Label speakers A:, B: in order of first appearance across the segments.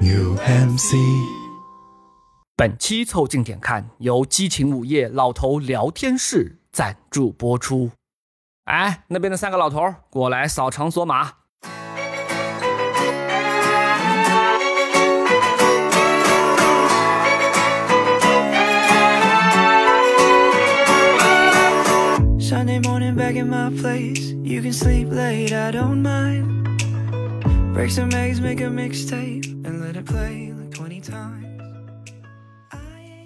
A: New MC。
B: 本期凑近点看由激情午夜老头聊天室赞助播出。哎，那边的三个老头儿，过来扫场所码。
C: Sunday morning back in my place. You can sleep late, I don't mind. Break some eggs, make a mixtape, and let it play like 20 times. I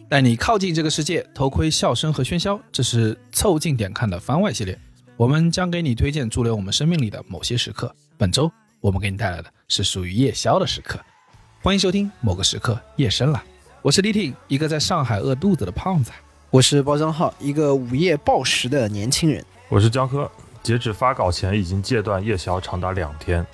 C: ain't
D: 带你靠近这个世界，头盔、笑声和喧嚣，这是凑近点看的番外系列。我们将给你推荐驻留我们生命里的某些时刻。本周我们给你带来的是属于夜宵的时刻，欢迎收听《某个时刻夜深了》。我是李挺，一个在上海饿肚子的胖子。
E: 我是包张浩，一个午夜暴食的年轻人。
F: 我是江科，截止发稿前已经戒断夜宵长达两天。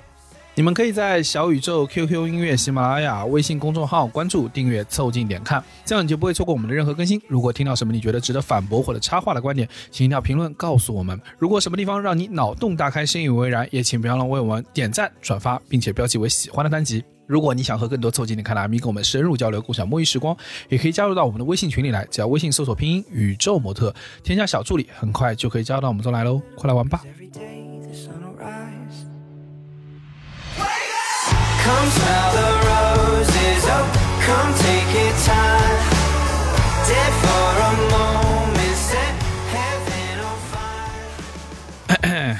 D: 你们可以在小宇宙、QQ 音乐、喜马拉雅、微信公众号关注、订阅、凑近点看，这样你就不会错过我们的任何更新。如果听到什么你觉得值得反驳或者插话的观点，请一定要评论告诉我们。如果什么地方让你脑洞大开、深以为然，也请不要忘为我们点赞、转发，并且标记为喜欢的单集。如果你想和更多凑近点看的阿米跟我们深入交流，共享摸鱼时光，也可以加入到我们的微信群里来。只要微信搜索拼音宇宙模特，添加小助理，很快就可以加入到我们中来喽！快来玩吧！
C: every day the sun will rise. Come smell the roses, oh, come take your time. Dead for a moment, set heaven on fire.
F: 哎，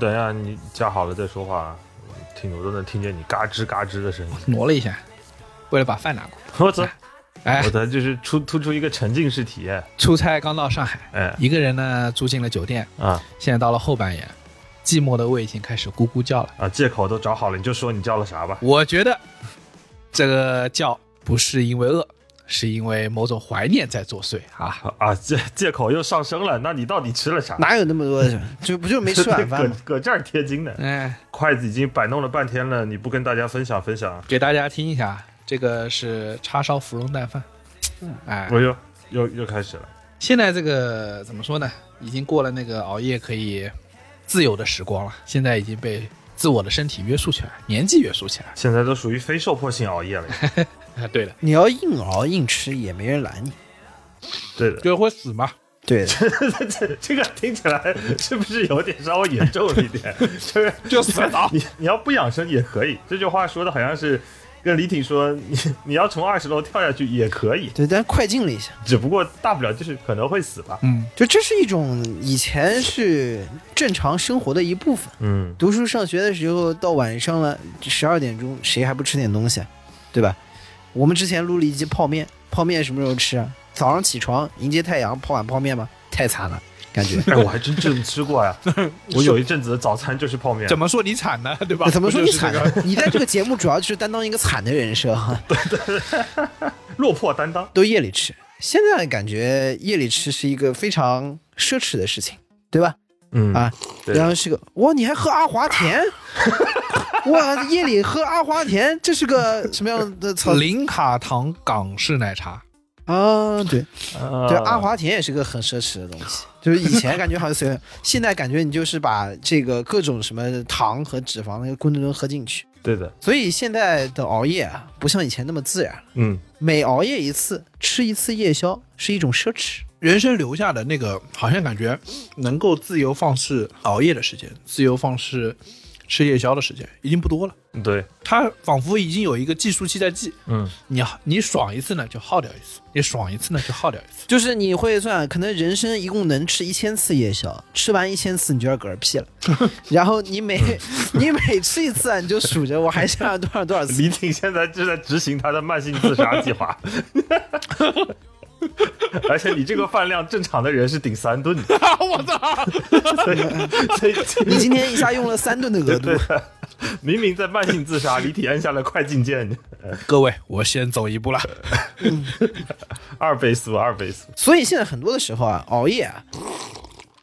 F: 等一下，你加好了再说话，听我都能听见你嘎吱嘎吱的声音。
D: 挪了一下，为了把饭拿过来。
F: 我操！
D: 哎
F: 我，的就是出突出一个沉浸式体验。
D: 出差刚到上海，
F: 哎
D: 一个人呢住进了酒店，
F: 啊
D: 现在到了后半夜，寂寞的胃已经开始咕咕叫了。
F: 啊，借口都找好了，你就说你叫了啥吧。
D: 我觉得这个叫不是因为饿，是因为某种怀念在作祟啊。
F: 啊，借借口又上升了，那你到底吃了啥？
E: 哪有那么多
D: 嗯
E: 的？就不就没吃晚饭
F: 搁
E: 吗？
F: 搁这儿贴金的，
D: 哎，
F: 筷子已经摆弄了半天了，你不跟大家分享分享？
D: 给大家听一下，这个是叉烧芙蓉蛋饭。哎，
F: 我又又又开始了。
D: 现在这个怎么说呢？已经过了那个熬夜可以自由的时光了，现在已经被自我的身体约束起来，年纪约束起来。
F: 现在都属于非受迫性熬夜了，
D: 哎，对了，
E: 你要硬熬硬吃也没人拦你。
F: 对的。
D: 就是会死嘛。
E: 对的，
F: 这这 这个听起来是不是有点稍微严重了 一点？就是
D: 就死了
F: 你你要不养生也可以。这句话说的好像是跟李挺说，你你要从二十楼跳下去也可以，
E: 对，但快进了一下，
F: 只不过大不了就是可能会死吧。
D: 嗯，
E: 就这是一种以前是正常生活的一部分。
F: 嗯，。
E: 读书上学的时候，到晚上了十二点钟，谁还不吃点东西啊？对吧？我们之前录了一集泡面，泡面什么时候吃啊？早上起床迎接太阳，泡碗泡面吗？太惨了，感 觉
F: 哎，我还真正吃过呀，我有一阵子的早餐就是泡面。
D: 怎么说你惨呢？ 对吧？
E: 怎么说你惨
D: 不就是这个？？
E: 你在这个节目主要就是担当一个惨的人设啊哈。
F: 落魄担当？
E: 都夜里吃。现在感觉夜里吃是一个非常奢侈的事情，对吧？
F: 嗯
E: 啊，
F: 对
E: 然后是个哇，你还喝阿华田？哇，夜里喝阿华田，这是个什么样的 操
D: 零卡糖港式奶茶，
E: 啊？对对，啊
F: 对
E: 阿华田也是个很奢侈的东西。就是以前感觉好像随便，现在感觉你就是把这个各种什么糖和脂肪那个咕咚咚喝进去，
F: 对的，
E: 所以现在的熬夜啊，不像以前那么自然了。
F: 嗯，
E: 每熬夜一次，吃一次夜宵是一种奢侈。
D: 人生留下的那个，好像感觉能够自由放肆熬夜的时间，自由放肆吃夜宵的时间已经不多了。
F: 对，
D: 它仿佛已经有一个计数器在记，
F: 嗯，
D: 你你爽一次呢就耗掉一次，你爽一次呢就耗掉一次。
E: 就是你会算，可能人生一共能吃一千次夜宵，吃完一千次你就要嗝屁 了，然后你每 你每吃一次啊，你就数着我还剩下多少多少 次。
F: 李挺现在正在执行他的慢性自杀计划， 而且你这个饭量，正常的人是顶三顿 的。我操！所以，所
E: 你
F: 以
E: 今天一下用了三顿的额度
F: 对，的，明明在慢性自杀，李挺按下了快进键，
D: 各位，我先走一步了。
F: 二倍速，二倍速。
E: 所以现在很多的时候啊，熬夜啊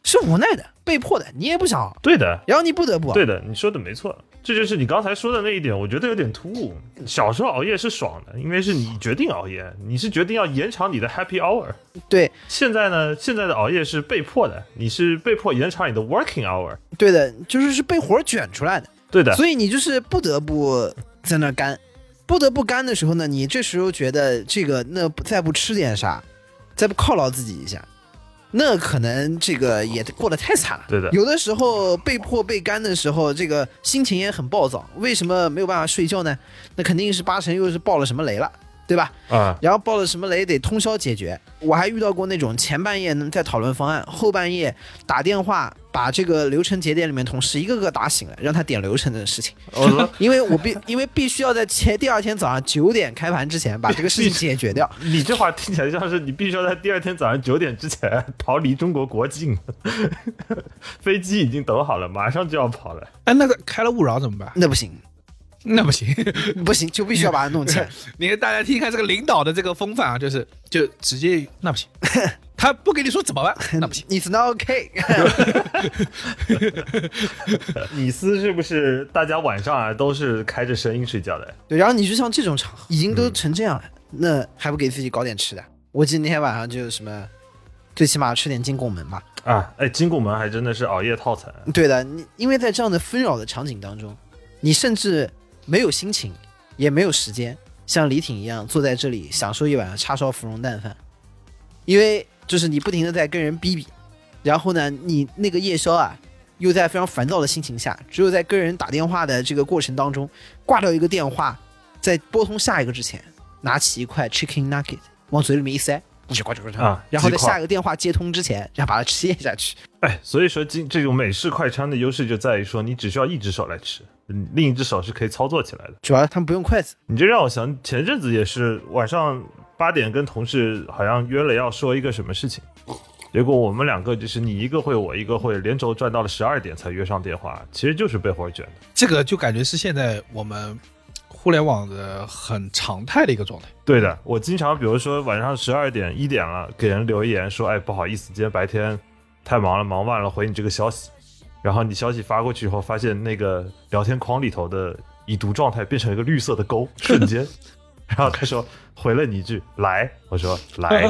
E: 是无奈的、被迫的，你也不想熬，
F: 对的，
E: 然后你不得不啊熬。
F: 对的，你说的没错，这就是你刚才说的那一点，我觉得有点突兀。小时候熬夜是爽的，因为是你决定熬夜，你是决定要延长你的 happy hour。
E: 对
F: 现在呢，现在的熬夜是被迫的，你是被迫延长你的 working hour。
E: 对的，就是是被活儿卷出来的，
F: 对的，
E: 所以你就是不得不在那儿干。不得不干的时候呢，你这时候觉得这个那不再不吃点啥，再不犒劳自己一下，那可能这个也过得太惨了。
F: 对的
E: 有的时候被迫被干的时候，这个心情也很暴躁。为什么没有办法睡觉呢？那肯定是八成又是爆了什么雷了，对吧？
F: 啊，
E: 然后爆了什么雷得通宵解决。我还遇到过那种前半夜呢在讨论方案，后半夜打电话把这个流程节点里面同事一个个打醒了，让他点流程的事情。
F: 我说
E: 因为我必因为必须要在前第二天早上九点开盘之前把这个事情解决掉。
F: 你这话听起来像是你必须要在第二天早上九点之前逃离中国国境， 飞机已经等好了，马上就要跑 了。
D: 哎，那个开了勿扰怎么办？
E: 那不行，
D: 那不行，
E: 不行，就必须要把它弄起来。
D: 你看大家听一看这个领导的这个风范啊，就是就直接那 不行，他不跟你说怎么办，那不行。
E: It's not okay
F: 你司是不是大家晚上啊都是开着声音睡觉的？
E: 对，然后你就像这种场合，已经都成这样了，那还不给自己搞点吃的？我记得那天晚上就是什么，最起码吃点进贡门吧。
F: 啊，哎，金拱门还真的是熬夜套餐，
E: 对的，你因为在这样的纷扰的场景当中，你甚至没有心情，也没有时间，像李挺一样坐在这里享受一碗叉烧芙蓉蛋饭，因为就是你不停的在跟人逼逼，然后呢，你那个夜宵啊，又在非常烦躁的心情下，只有在跟人打电话的这个过程当中，挂掉一个电话，在拨通下一个之前，拿起一块 chicken nugget 往嘴里面一塞，呱唧呱唧呱唧，
F: 啊
E: 然后在
F: 鸡块
E: 下一个电话接通之前，然后把它吃下去。
F: 哎，所以说金这种美式快餐的优势就在于说，你只需要一只手来吃，嗯另一只手是可以操作起来的。
E: 主要他们不用筷子，
F: 你这让我想，前阵子也是晚上八点跟同事好像约了要说一个什么事情，结果我们两个就是你一个会，我一个会，连轴转到了十二点才约上电话，其实就是被活儿卷的。
D: 这个就感觉是现在我们互联网的很常态的一个 状态。
F: 对的，我经常比如说晚上十二点一点了，给人留言说，哎，不好意思，今天白天太忙了，忙忘了回你这个消息。然后你消息发过去以后，发现那个聊天框里头的已读状态变成一个绿色的勾，瞬间。然后他说回了你一句“来”，我说“来”。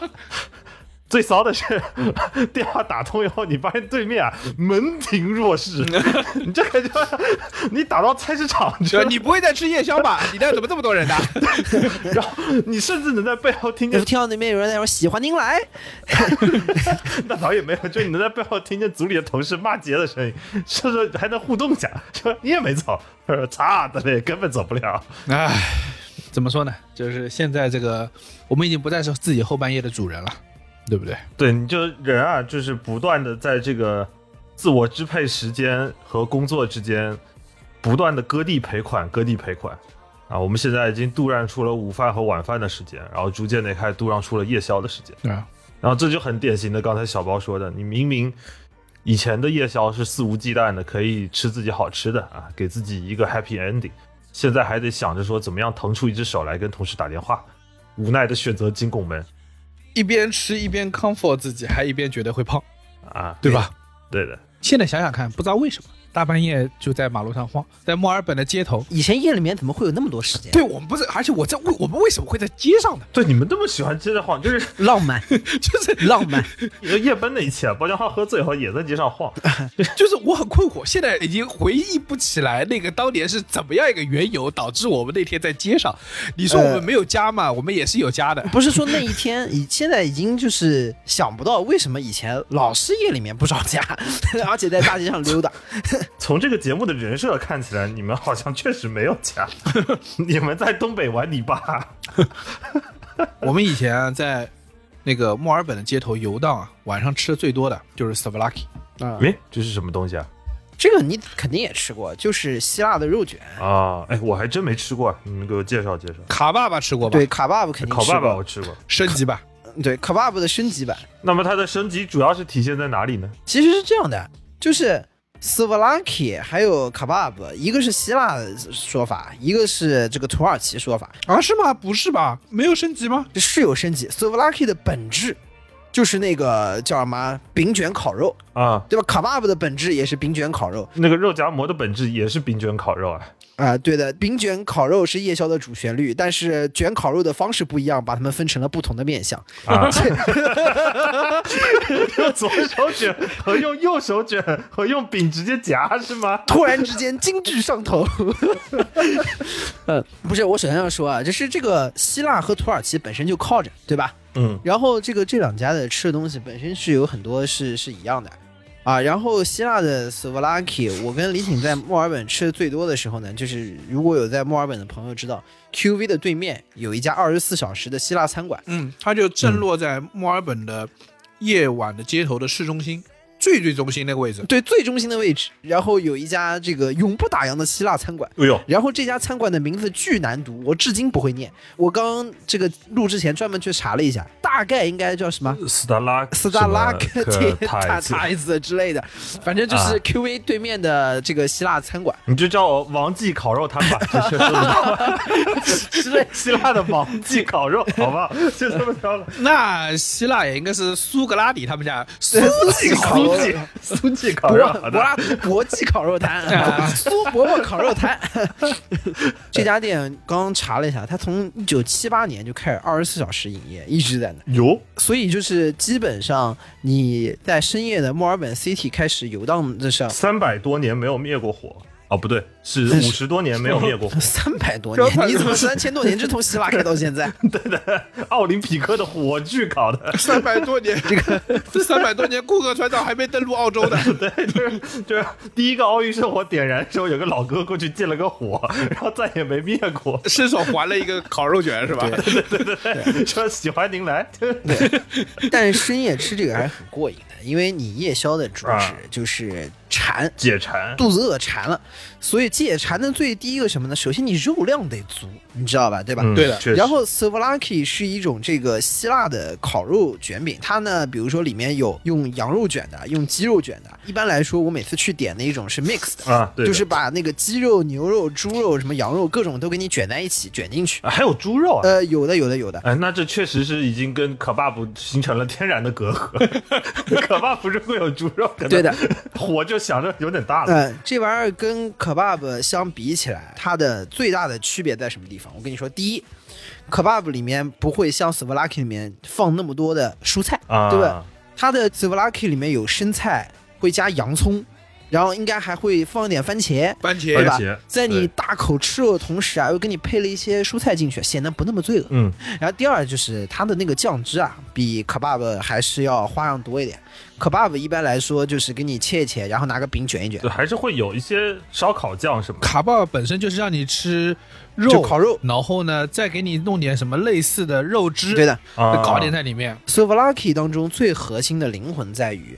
F: 最骚的是，电话打通以后，你发现对面啊门庭若市，你这感觉你打到菜市场去了，
D: 你不会在吃夜宵吧？ 你那怎么这么多人呢？啊
F: 然后你甚至能在背后听
E: 我
F: 见
E: 听到那边有人在说喜欢您来，
F: 那倒也没有，就你能在背后听见组里的同事骂街的声音， 甚至还能互动一下， 说你也没走，呃擦的嘞，根本走不了。
D: 唉，怎么说呢？就是现在这个，我们已经不再是自己后半夜的主人了，对不对？
F: 对，你就人啊，就是不断的在这个自我支配时间和工作之间，不断的割地赔款，割地赔款。啊，我们现在已经度让出了午饭和晚饭的时间，然后逐渐的开始度让出了夜宵的时间。
D: 对啊，
F: 然后这就很典型的刚才小包说的，你明明以前的夜宵是肆无忌惮的，可以吃自己好吃的啊，给自己一个 happy ending，现在还得想着说怎么样腾出一只手来跟同事打电话，无奈的选择进拱门
D: 一边吃一边 comfort 自己，还一边觉得会胖，
F: 啊，
D: 对吧？
F: 对的，
D: 现在想想看，不知道为什么大半夜就在马路上晃，在墨尔本的街头。
E: 以前夜里面怎么会有那么多时间？
D: 对我们不是，而且我在为我们为什么会在街上呢？
F: 对你们那么喜欢接着晃，就是
E: 浪 漫，
D: 就是
E: 浪 漫。
F: 夜奔那一期啊，包江浩喝醉以后也在街上晃，
D: 就是我很困惑，现在已经回忆不起来那个当年是怎么样一个缘由导致我们那天在街上。你说我们没有家嘛？我们也是有家的。
E: 不是说那一天，以现在已经就是想不到为什么以前老是夜里面不着家， 而且在大街上溜达。
F: 从这个节目的人设看起来，你们好像确实没有家， 你们在东北玩泥
D: 啊
F: 巴，
D: 我们以前啊在那个墨尔本的街头游荡啊，晚上吃的最多的就是 savlaki。
F: 诶，这是什么东西啊？
E: 这个你肯定也吃过，就是希腊的肉卷。
F: 啊，哎，我还真没吃过，你们给我介绍介绍。
D: 卡爸爸吃过吧？
E: 对，，卡巴布肯定
F: 烤
E: 吃
F: 爸爸
E: 过
F: 我。吃过，
D: 升级版。
E: 对，卡巴布的升级版
F: 那么它的升级主要是体现在哪里呢？
E: 其实是这样的，就是 s v l a k i 还有卡巴布，一个是希腊的说法，一个是这个土耳其说法，
D: 啊，是吗？不是吧？没有升级吗？
E: 是有升级。s v l a k i 的本质就是那个叫什么饼卷烤肉，
F: 啊，
E: 对吧？kebab 的本质也是饼卷烤肉
F: 那个肉夹馍的本质也是饼卷烤肉啊。
E: 啊、对的，饼卷烤肉是夜宵的主旋律，但是卷烤肉的方式不一样，把它们分成了不同的面相。
F: 啊， 用 左手卷和用右手卷和用饼直接夹是吗？
E: 突然之间京剧上头。 呃，不是，我首先要说啊，就是这个希腊和土耳其本身就靠着，对吧？
F: 嗯
E: 然后这个这两家的吃的东西本身是有很多是是一样的啊。然后希腊的 s v l a k i 我跟李挺在墨尔本吃的最多的时候呢，就是如果有在墨尔本的朋友知道，QV 的对面有一家二十四小时的希腊餐馆。
D: 嗯，它就正落在墨尔本的夜晚的街头的市中心，最最中心那个位置。
E: 对最中心的位置，然后有一家这个永不打烊的希腊餐馆，
F: 哎呦，
E: 然后这家餐馆的名字巨难读，我至今不会念。我刚这个录之前专门去查了一下，大概应该叫什么
F: 斯达拉
E: 斯达拉克
F: 克
E: 铁塔
F: 塔兹，
E: 塔子之类的，反正就是 QV 对面的这个希腊餐馆
F: 你就叫我王记烤肉摊吧，这是这么
E: 之类。
F: 希腊的王记烤肉，好吧， 就这么着了。
D: 那希腊也应该是苏格拉底他们家苏
E: 对苏记烤肉
F: 苏记苏记烤
E: 伯
F: 肉，好
E: 伯
F: 的，
E: 拉图国际烤肉摊，苏伯伯烤肉摊。 这家店刚查了一下，它从一九七八年就开始二十四小时营业，一直在那。
F: 有
E: 所以就是基本上你在深夜的墨尔本 City 开始游荡的上
F: 三百多年没有灭过火啊，不对，是
E: 是。
F: 五十多年没有灭过火
E: 三百多年，你怎么三千多年？这从希腊开到现 在，
F: 对的，奥林匹克的火炬烤的，
D: 三百多年，这个三百多年顾客船长还没登陆澳洲呢。
F: 对，就是就是第一个奥运圣火点燃的时候，有个老哥过去借了个火， 然后再也没灭 过。
D: 伸手还了一个烤肉卷是吧？
F: 说喜欢您来，
E: 但是深夜吃这个还是很过瘾的，因为你夜宵的主
F: 啊
E: 旨就是馋，
F: 解馋。
E: 肚子饿馋了，所以解馋的最第一个什么呢？首先你肉量得足，你知道吧？对吧？
F: 嗯
D: 对的
F: 确实
E: 然后 s v l a k i 是一种这个希腊的烤肉卷饼，它呢，比如说里面有用羊肉卷的，用鸡肉卷的。一般来说，我每次去点的一种是 mix 的，
F: 啊，对的，
E: 就是把那个鸡肉、牛肉、猪肉、什么羊肉各种都给你卷在一起，卷进去。
F: 啊还有猪肉啊。
E: 呃，有的，有的，有的。
F: 哎，那这确实是已经跟可爸布形成了天然的隔 阂。可爸布如果有猪肉，可能
E: 对的，
F: 火就想着有点大了。
E: 呃，这玩意儿跟 kebab 相比起来，它的最大的区别在什么地方？我跟你说，第一，kebab 里面不会像 s v l a k i 里面放那么多的蔬菜，
F: 啊，
E: 对吧？它的 s v l a k i 里面有生菜，会加洋葱，然后应该还会放一点番茄。
D: 番
E: 对
D: 茄
E: 吧
F: 茄？
E: 在你
F: 对
E: 大口吃肉的同时啊，又给你配了一些蔬菜进去，显得不那么罪恶。
F: 嗯，
E: 然后第二就是它的那个酱汁啊，比 kebab 还是要花样多一点。kebab 一般来说就是给你切一切，然后拿个饼卷一卷
F: 对，，还是会有一些烧烤酱什么的。
D: 卡巴尔本身就是让你吃
E: 就
D: 肉，
E: 烤肉。
D: 然后呢再给你弄点什么类似的肉汁，
E: 对的
F: 啊，
D: 搞点在里面。
E: s o v l a k i 当中最核心的灵魂在于，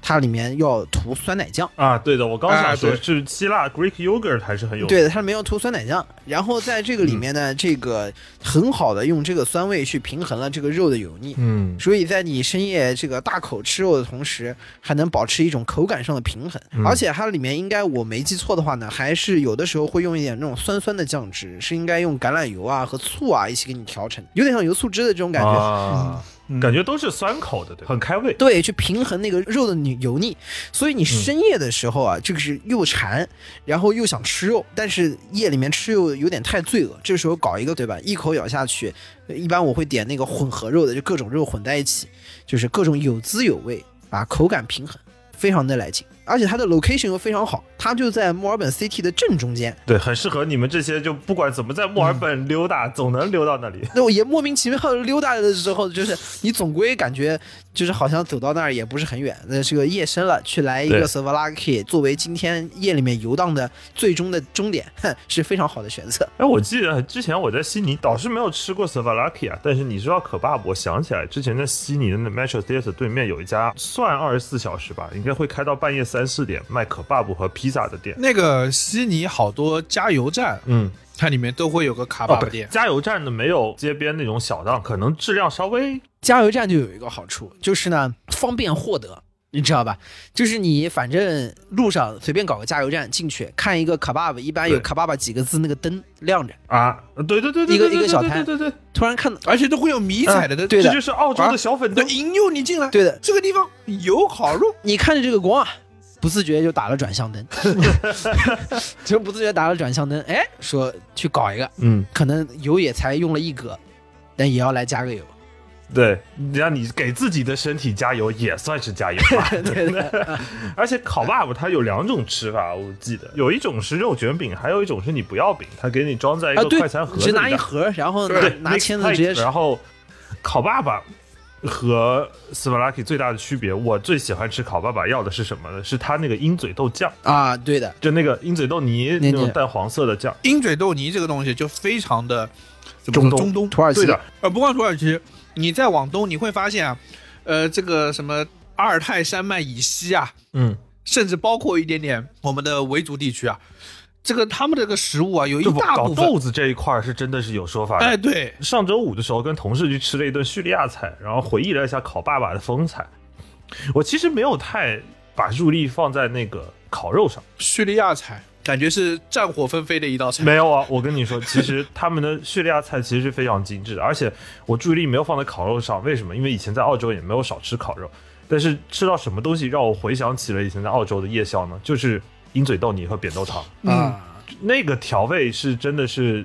E: 它里面要涂酸奶酱。
F: 啊，对的，我刚
D: 啊
F: 想说
D: 对
F: 是希腊 Greek yogurt 还是很有嗯
E: 对的，它里面要涂酸奶酱。然后在这个里面呢，这个很好的用这个酸味去平衡了这个肉的油腻。
F: 嗯
E: 所以在你深夜这个大口吃肉的同时，还能保持一种口感上的平衡，
F: 嗯
E: 而且它里面应该我没记错的话呢，还是有的时候会用一点那种酸酸的酱汁，是应该用橄榄油啊和醋啊一起给你调成，有点像油醋汁的这种感觉。
F: 啊，感觉都是酸口的，对吧，很开胃。
E: 对，去平衡那个肉的腻油腻，所以你深夜的时候啊，就是又馋，然后又想吃肉，但是夜里面吃肉有点太罪恶，这时候搞一个对吧？一口咬下去，一般我会点那个混合肉的，就各种肉混在一起，就是各种有滋有味啊，口感平衡，非常的来劲。而且它的 location 又非常好，它就在墨尔本 City 的正中间。
F: 对，很适合你们这些就不管怎么在墨尔本溜达，总能溜到那里。
E: 那我也莫名其妙地溜达的时候，就是你总归感觉就是好像走到那儿也不是很远，那是个夜深了，去来一个
F: 对
E: s v l a k i 作为今天夜里面游荡的最终的终点，哼，是非常好的选择。
F: 哎，我记得之前我在悉尼倒是没有吃过 s a v a l a k i 啊，但是你说到可爸，我想起来之前在悉尼的那 Metro Theatre 对面有一家算二十四小时吧，应该会开到半夜三四点卖可爸布和披萨的店。
D: 那个悉尼好多加油站，
F: 嗯，
D: 它里面都会有个卡
F: 哦
D: 巴尔
F: 不
D: 店。
F: 加油站的没有街边那种小档，可能质量稍微
E: 加油站就有一个好处，就是呢方便获得。你知道吧？就是你反正路上随便搞个加油站进去，看一个卡爸爸，一般有
F: 对
E: 卡爸爸几个字那个灯亮着，
F: 啊，对对对对，
E: 一个
F: 对
E: 一个
F: 对
E: 小
F: 对
E: 摊
F: 对对对，
E: 突然看到，
D: 而且都会有迷彩的，
E: 嗯对
F: 这
E: 的
F: 就是澳洲
D: 啊
F: 的小粉
D: 就
F: 灯，
D: 引诱你进来。
E: 对的
D: 这个地方有烤肉，
E: 你看着这个光啊，不自觉就打了转向灯， 就不自觉打了转向灯，哎，说去搞一个，
F: 嗯，
E: 可能油也才用了一格，但也要来加 个油，
F: 对，让你给自己的身体加油也算是加油吧。
E: 对的，
F: 而且烤爸爸它有两种吃法，我记得有一种是肉卷饼，还有一种是你不要饼，它给你装在一
E: 啊
F: 个
E: 对
F: 快餐盒，子
E: 只
F: 里
E: 拿一
F: 的。
E: 盒，然后拿
F: 对，
E: 拿
F: mix
E: 签子
F: tight，
E: 直接吃
F: 然后烤爸爸和斯巴拉克最大的区别，我最喜欢吃烤爸爸要的是什么呢？是它那个鹰嘴豆酱，
E: 啊，对的，
F: 就那个鹰嘴豆泥
E: 那
F: 那
E: 个
F: 种淡黄色的酱。
D: 鹰嘴豆泥这个东西就非常的怎么说
F: 中东
D: 中东
E: 土耳
F: 对
E: 其
F: 的，
D: 呃，不光土耳其，你再往东你会发现啊，呃，这个什么阿尔泰山脉以西啊，
F: 嗯，
D: 甚至包括一点点我们的维族地区啊，这个他们这个食物啊有一
F: 就
D: 大
F: 搞
D: 部分，
F: 豆子啊这一块儿是真的是有说法的。
D: 哎，对，
F: 上周五的时候跟同事去吃了一顿叙利亚菜，然后回忆了一下烤爸爸的风采。我其实没有太把注意力放在那个烤肉上，
D: 叙利亚菜感觉是战火纷飞的一道菜，
F: 没有啊。我跟你说，其实他们的叙利亚菜其实是非常精致的，而且我注意力没有放在烤肉上，为什么？因为以前在澳洲也没有少吃烤肉，但是吃到什么东西让我回想起了以前在澳洲的夜宵呢？就是鹰嘴豆泥和扁豆汤，
E: 啊，
F: 那个调味是真的是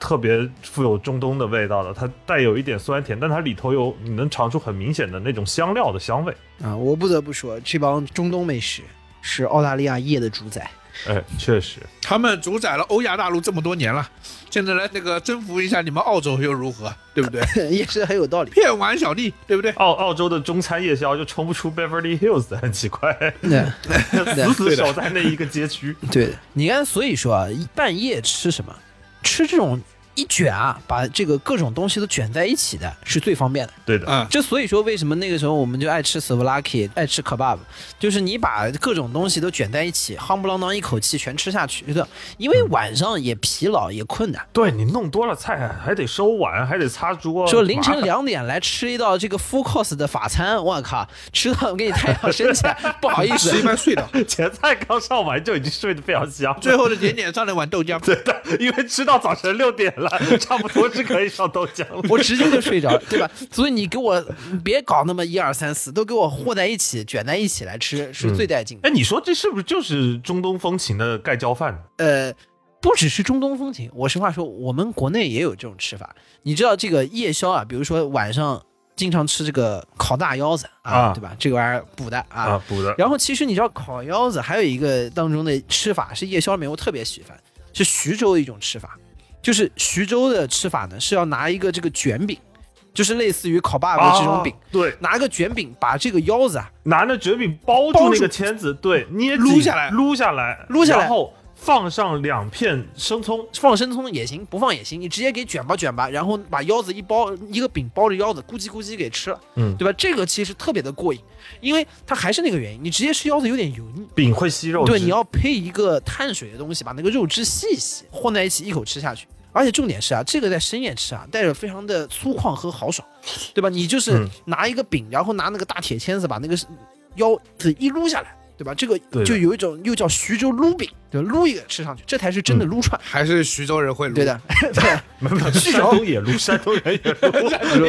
F: 特别富有中东的味道的，它带有一点酸甜，但它里头有你能尝出很明显的那种香料的香味。
E: 啊，我不得不说，这帮中东美食是澳大利亚业的主宰。
F: 哎，确实，
D: 他们主宰了欧亚大陆这么多年了，现在来那个征服一下你们澳洲又如何，对 不对？
E: 也是很有道理。
D: 骗完小弟，对不对？
F: 澳澳洲的中餐夜宵就冲不出 Beverly Hills，很奇怪，
E: 对
F: 死死守在那一个街区。
E: 对的，你看，所以说啊，一半夜吃什么？吃这种一卷啊，把这个各种东西都卷在一起的，是最方便的。
F: 对的，
D: 嗯，
E: 这所以说，为什么那个时候我们就爱吃 s v l a k i 爱吃 kebab，就是你把各种东西都卷在一起，夯不啷当一口气全吃下去的，因为晚上也疲劳也困的。
F: 对你弄多了菜还得收碗，还得擦桌，
E: 说凌
F: 麻
E: 晨
F: 烦
E: 两点来吃一道这个 full course 的法餐，我靠，吃到给你太阳升起来，不好意思
D: 吃一，般睡的，
F: 前菜刚上完就已经睡得非常香，
D: 最后的甜点上了碗豆浆，
F: 对的，因为吃到早晨六点 了，差不多是可以上豆浆了。
E: 我直接就睡着了， 对吧？所以你给我别搞那么一二三四，都给我和在一起，卷在一起来吃是最带劲的。
F: 哎，你说这是不是就是中东风情的盖浇饭？
E: 呃，不只是中东风情，我实话说，我们国内也有这种吃法。你知道这个夜宵啊，比如说晚上经常吃这个烤大腰子啊，
F: 啊
E: 对吧？这个玩意儿补的啊。
F: 啊，补的。
E: 然后其实你知道烤腰子还有一个当中的吃法是夜宵里面我特别喜欢，是徐州的一种吃法，就是徐州的吃法呢是要拿一个这个卷饼，就是类似于烤爸爸的这种饼。
F: 啊对，
E: 拿个卷饼把这个腰子啊
F: 拿着卷饼包住那个签子，对，捏紧
D: 撸下来
F: 撸下来，
E: 撸下来
F: 然后放上两片生葱，
E: 放生葱也行，不放也行，你直接给卷吧卷吧，然后把腰子一包，一个饼包着腰子，咕叽咕叽给吃了，
F: 嗯
E: 对吧？这个其实特别的过瘾，因为它还是那个原因，你直接吃腰子有点油腻，
F: 饼会吸肉汁。
E: 对，你要配一个碳水的东西，把那个肉汁吸一吸，混在一起一口吃下去。而且重点是啊，这个在深夜吃啊，带着非常的粗犷和豪爽，对吧？你就是
F: 嗯
E: 拿一个饼，然后拿那个大铁签子把那个腰子一撸下来，对吧？这个
F: 对的
E: 就有一种又叫徐州撸饼，对吧？撸一个吃上去，这才是真的
F: 嗯
E: 撸串。
D: 还是徐州人会卤
E: 对的，
F: 没有没有山东 也撸，山东人也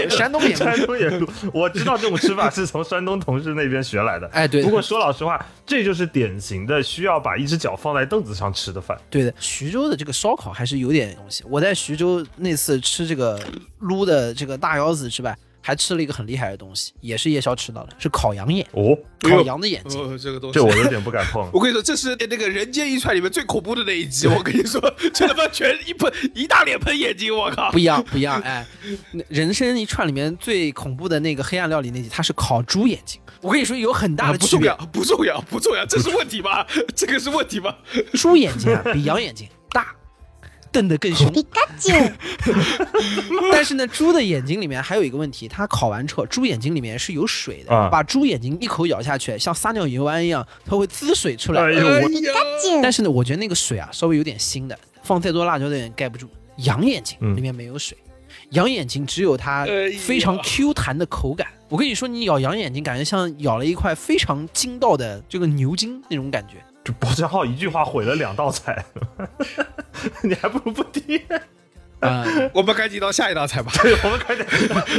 F: 撸，
E: 山东也撸
F: 山东也撸。我知道这种吃法是从山东同事那边学来的。
E: 哎，对，
F: 不过说老实话，这就是典型的需要把一只脚放在凳子上吃的饭。
E: 对的，徐州的这个烧烤还是有点东西。我在徐州那次吃这个撸的这个大腰子之外，还吃了一个很厉害的东西，也是夜宵吃到的，是烤羊眼，
F: 哦，
D: 哎
E: 烤
D: 呦
E: 羊的眼睛。
D: 呃，这个东西
F: 这我有点不敢 碰。
D: 我跟你说，这是那个《人间一串》里面最恐怖的那一集。我跟你说，这他妈全一喷一大脸喷眼睛，我靠
E: 不！一样，不一样，哎，那人生一串里面最恐怖的那个黑暗料理那集，它是烤猪眼睛。我跟你说有很大
D: 啊
E: 的
D: 不
E: 区
D: 重
E: 别，
D: 要，不重要，不重要，这是问题吗？ 这个是问题吗？
E: 猪眼睛 啊比羊眼睛大，瞪得更凶。 但是呢，猪的眼睛里面还有一个问题，它烤完之后，猪眼睛里面是有水的，
F: 啊
E: 把猪眼睛一口咬下去，像撒尿油丸一样，它会滋水出来。
F: 哎呦，
D: 哎
F: 我
D: 呀，
E: 但是呢，我觉得那个水啊，稍微有点腥的，放再多辣椒有点盖不住。羊眼睛
F: 嗯
E: 里面没有水，羊眼睛只有它
D: 哎呀
E: 非常 Q 弹的口感。我跟你说，你咬羊眼睛，感觉像咬了一块非常筋道的这个牛筋那种感觉。
F: 这包家浩一句话毁了两道菜， 你还不如不提。
E: 啊、
D: 我们赶紧到下一道菜吧。
F: 对， 我们快点，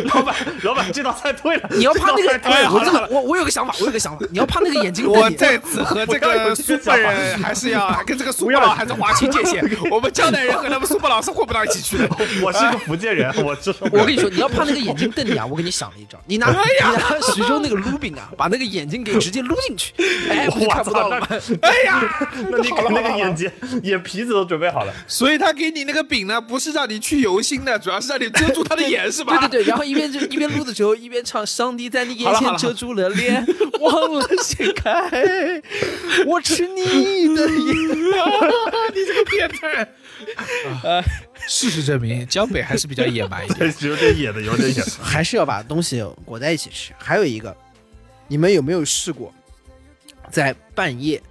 F: 老板，老板，这道菜对了，
E: 你要怕那
F: 这道菜
E: 个，哎
F: 对了，
E: 我这个我我有个想法，我有个想 法，你要怕那个眼睛
D: 我
E: 的你
D: 在此和这
F: 我要有
D: 个
F: 这
D: 苏
F: 个
D: 本
F: 想
D: 人还是要跟这个苏本佬还是划清界限。我们江南人和他们苏本佬是混不到一起去的。
E: 哎
F: 我是一个福建人，我知道。
E: 我跟你说，你要怕那个眼睛瞪你啊！我给你想了一招，你拿、
D: 哎呀
E: 你拿徐州那个撸饼啊，把那个眼睛给直接撸进 去，哎，我就
F: 我
E: 看不到
F: 操，
E: 了
F: 那
E: 吗？
D: 哎呀，
F: 那你给那个眼睛眼皮子都准备好了，
D: 所以他给你那个饼呢，不是让你去油心的，主要是让你遮住他的眼，是吧？
E: 对对对，然后一边就一边撸的时候，一边唱“上帝在你眼
D: 好了好
E: 前遮
D: 了
E: 住了脸，忘了掀开，我吃你的眼
D: 变态。呃，事实证 明，江北还是比较野 蛮一点。
F: 有点野的，有点野。”，
E: 还是要把东西裹在一起吃。还有一个，你们有没有试过在半夜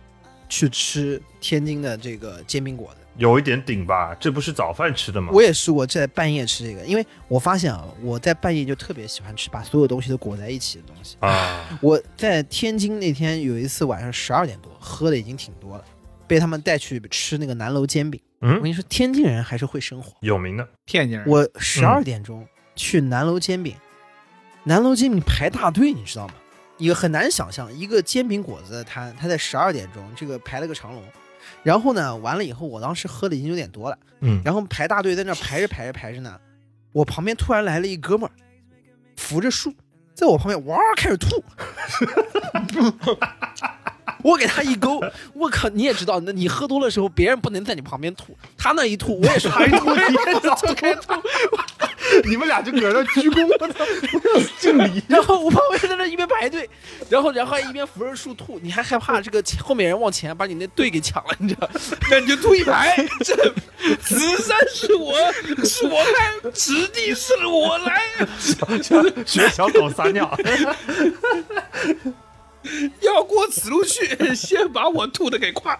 E: 去吃天津的这个煎饼果子？
F: 有一点顶吧，这不是早饭吃的吗？
E: 我也试过在半夜吃这个，因为我发现啊，我在半夜就特别喜欢吃把所有东西都裹在一起的东西。
F: 啊，
E: 我在天津那天有一次晚上十二点多，喝的已经挺多了，被他们带去吃那个南楼煎饼。我跟
F: 嗯，
E: 你说，天津人还是会生活。
F: 有名的，
D: 天津人，
E: 我十二点钟去南楼煎饼，南楼煎饼排大队，你知道吗？也很难想象，一个煎饼果子的摊，他在十二点钟这个排了个长龙。然后呢，完了以后，我当时喝的已经有点多了。
F: 嗯，
E: 然后排大队在那排着排着排着呢，我旁边突然来了一哥们儿，扶着树，在我旁边哇开始吐，我给他一勾，我靠！你也知道，那你喝多了时候，别人不能在你旁边吐，他那一吐，我也是
F: 一吐你早
E: 开吐，
F: 你们俩就搁那鞠躬，我操，敬礼。
E: 然后我旁边在那一边排队，然后然后还一边扶着树吐，你还害怕这个前后面人往前把你那队给抢了，你知道？
D: 那你就吐一排。这此山是我，是我来，此地是我来。
F: 学小狗撒尿，
D: 要过此路去，先把我吐的给跨。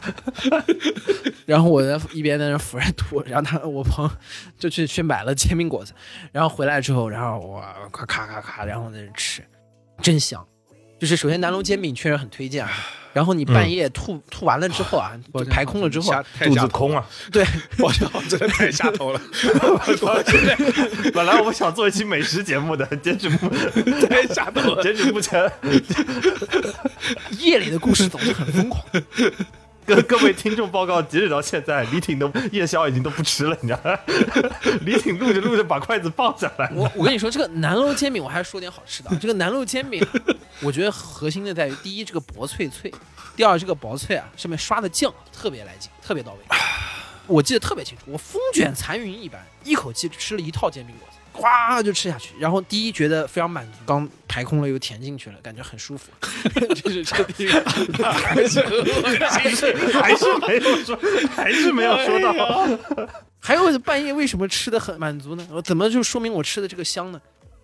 E: 然后我在一边在那扶着吐，然后他我朋友就去去买了煎饼果子，然后回来之后，然后我咔咔咔咔，然后在那吃，真香。就是首先南楼煎饼确实很推荐啊，然后你半夜吐、吐完了之后啊，就排空了之 后，
F: 肚子空啊了。
E: 对，
D: 我操，真的太下头了！我真的
F: 本来我们想做一期美食节目的，截止目
D: 太下头了。
F: 截止目前，
E: 夜里的故事总是很疯狂。
F: 跟各位听众报告， 截止到现在，李挺都夜宵已经都不吃了，你知道吗？李挺录着录着把筷子放下来了，
E: 我我跟你说，这个南楼煎饼，我还是说点好吃的啊。这个南楼煎饼，我觉得核心的在于，第一，这个薄脆脆；第二，这个薄脆啊，上面刷的酱特别来劲，特别到位。我记得特别清楚，我风卷残云一般，一口气吃了一套煎饼果子，咵就吃下去。然后第一觉得非常满足，刚排空了又填进去了，感觉很舒 服。这是这是第一 个。
F: 还是还是没有说，还是没有说到。
E: 还有半夜为什么吃的很满足呢？我怎么就说明我吃的这个香呢？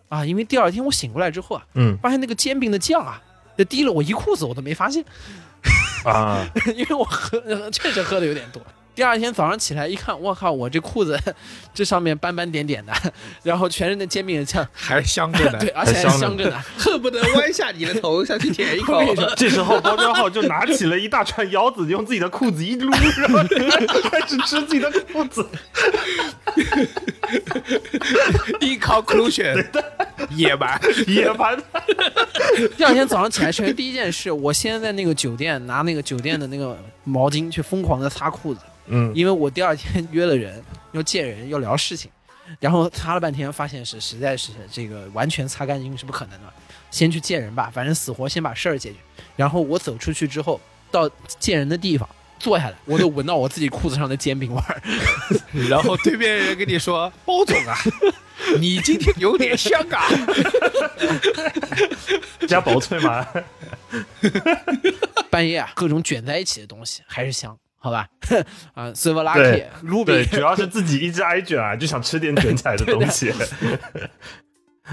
E: 啊，因为第二天我醒过来之后啊，
F: 嗯
E: 发现那个煎饼的酱啊，就滴了我一裤子，我都没发现，
F: 啊，
E: 因为我喝 呃确实喝的有点多。第二天早上起来一看，我靠，我这裤子 这上面斑斑点点的， 然后全是那煎饼的酱，
D: 还香着呢
E: 对，，而且还
F: 香着
E: 香着呢。
D: 啊恨不得弯下你的头下去舔一口
E: 我。跟你说，
F: 这时候包装浩就拿起了一大串腰子，用自己的裤子一撸，然后开始吃自己的裤子。
D: In conclusion，野 蛮。
F: 野蛮，
E: 第二天早上起来，首先第一件事，我先在那个酒店拿那个酒店的那个毛巾去疯狂的擦裤子，
F: 嗯，
E: 因为我第二天约了人，要见人，要聊事情，然后擦了半天，发现是实在是这个完全擦干净是不可能的，先去见人吧，反正死活先把事儿解决。然后我走出去之后，到见人的地方坐下来，我都闻到我自己裤子上的煎饼味儿。
D: 然后对面人跟你说：“包总啊，你今天有点香啊。
F: 加薄脆 嘛，
E: 半夜啊，各种卷在一起的东西还是香，好吧？ 啊 s i v a l a k
F: 对
E: i r u b
F: 对，
E: y
F: 主要是自己一直挨卷啊，就想吃点卷起来的东西。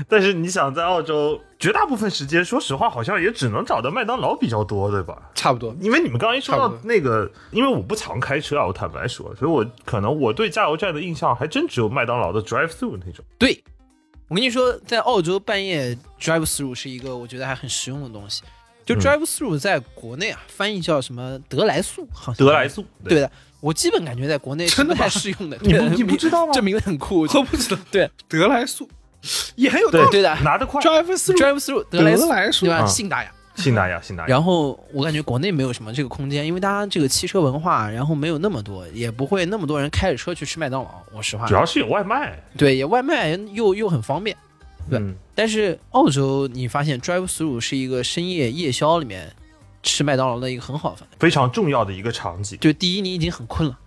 F: 但是你想，在澳洲绝大部分时间，说实话，好像也只能找到麦当劳比较多，对吧”？
D: 差不多，
F: 因为你们刚刚一说
D: 差
F: 到
D: 不多
F: 那个，因为我不常开车啊，我坦白说，所以我可能我对加油站的印象还真只有麦当劳的 drive through 那种。
E: 对，我跟你说，在澳洲半夜 drive through 是一个我觉得还很实用的东西。就
F: 嗯
E: drive through 在国内啊，翻译叫什么德来速，好像
F: 得来速，
E: 对的，我基本感觉在国内是
D: 真的
E: 不
D: 吗
E: 太适用的。
D: 你不
E: 对的
D: 你不知道吗
E: 这名字很酷。
D: 我不知道，
E: 对
D: 德莱速也很有道
F: 对
D: 理。
E: 对的
F: 哦拿得快，
D: drive through
E: ，drive through 德莱
D: 德
E: 速，
D: 莱啊速
E: 对吧？
F: 嗯
E: 信达雅。
F: 信达雅，信达雅，
E: 然后我感觉国内没有什么这个空间，因为大家这个汽车文化，然后没有那么多，也不会那么多人开着车去吃麦当劳。我实话
F: 主，要是有外卖，
E: 对，也外卖又又很方便。对
F: 嗯，
E: 但是澳洲，你发现 drive through 是一个深夜夜宵里面吃麦当劳的一个很好的饭。
F: 非常重要的一个场景，
E: 就第一，你已经很困了，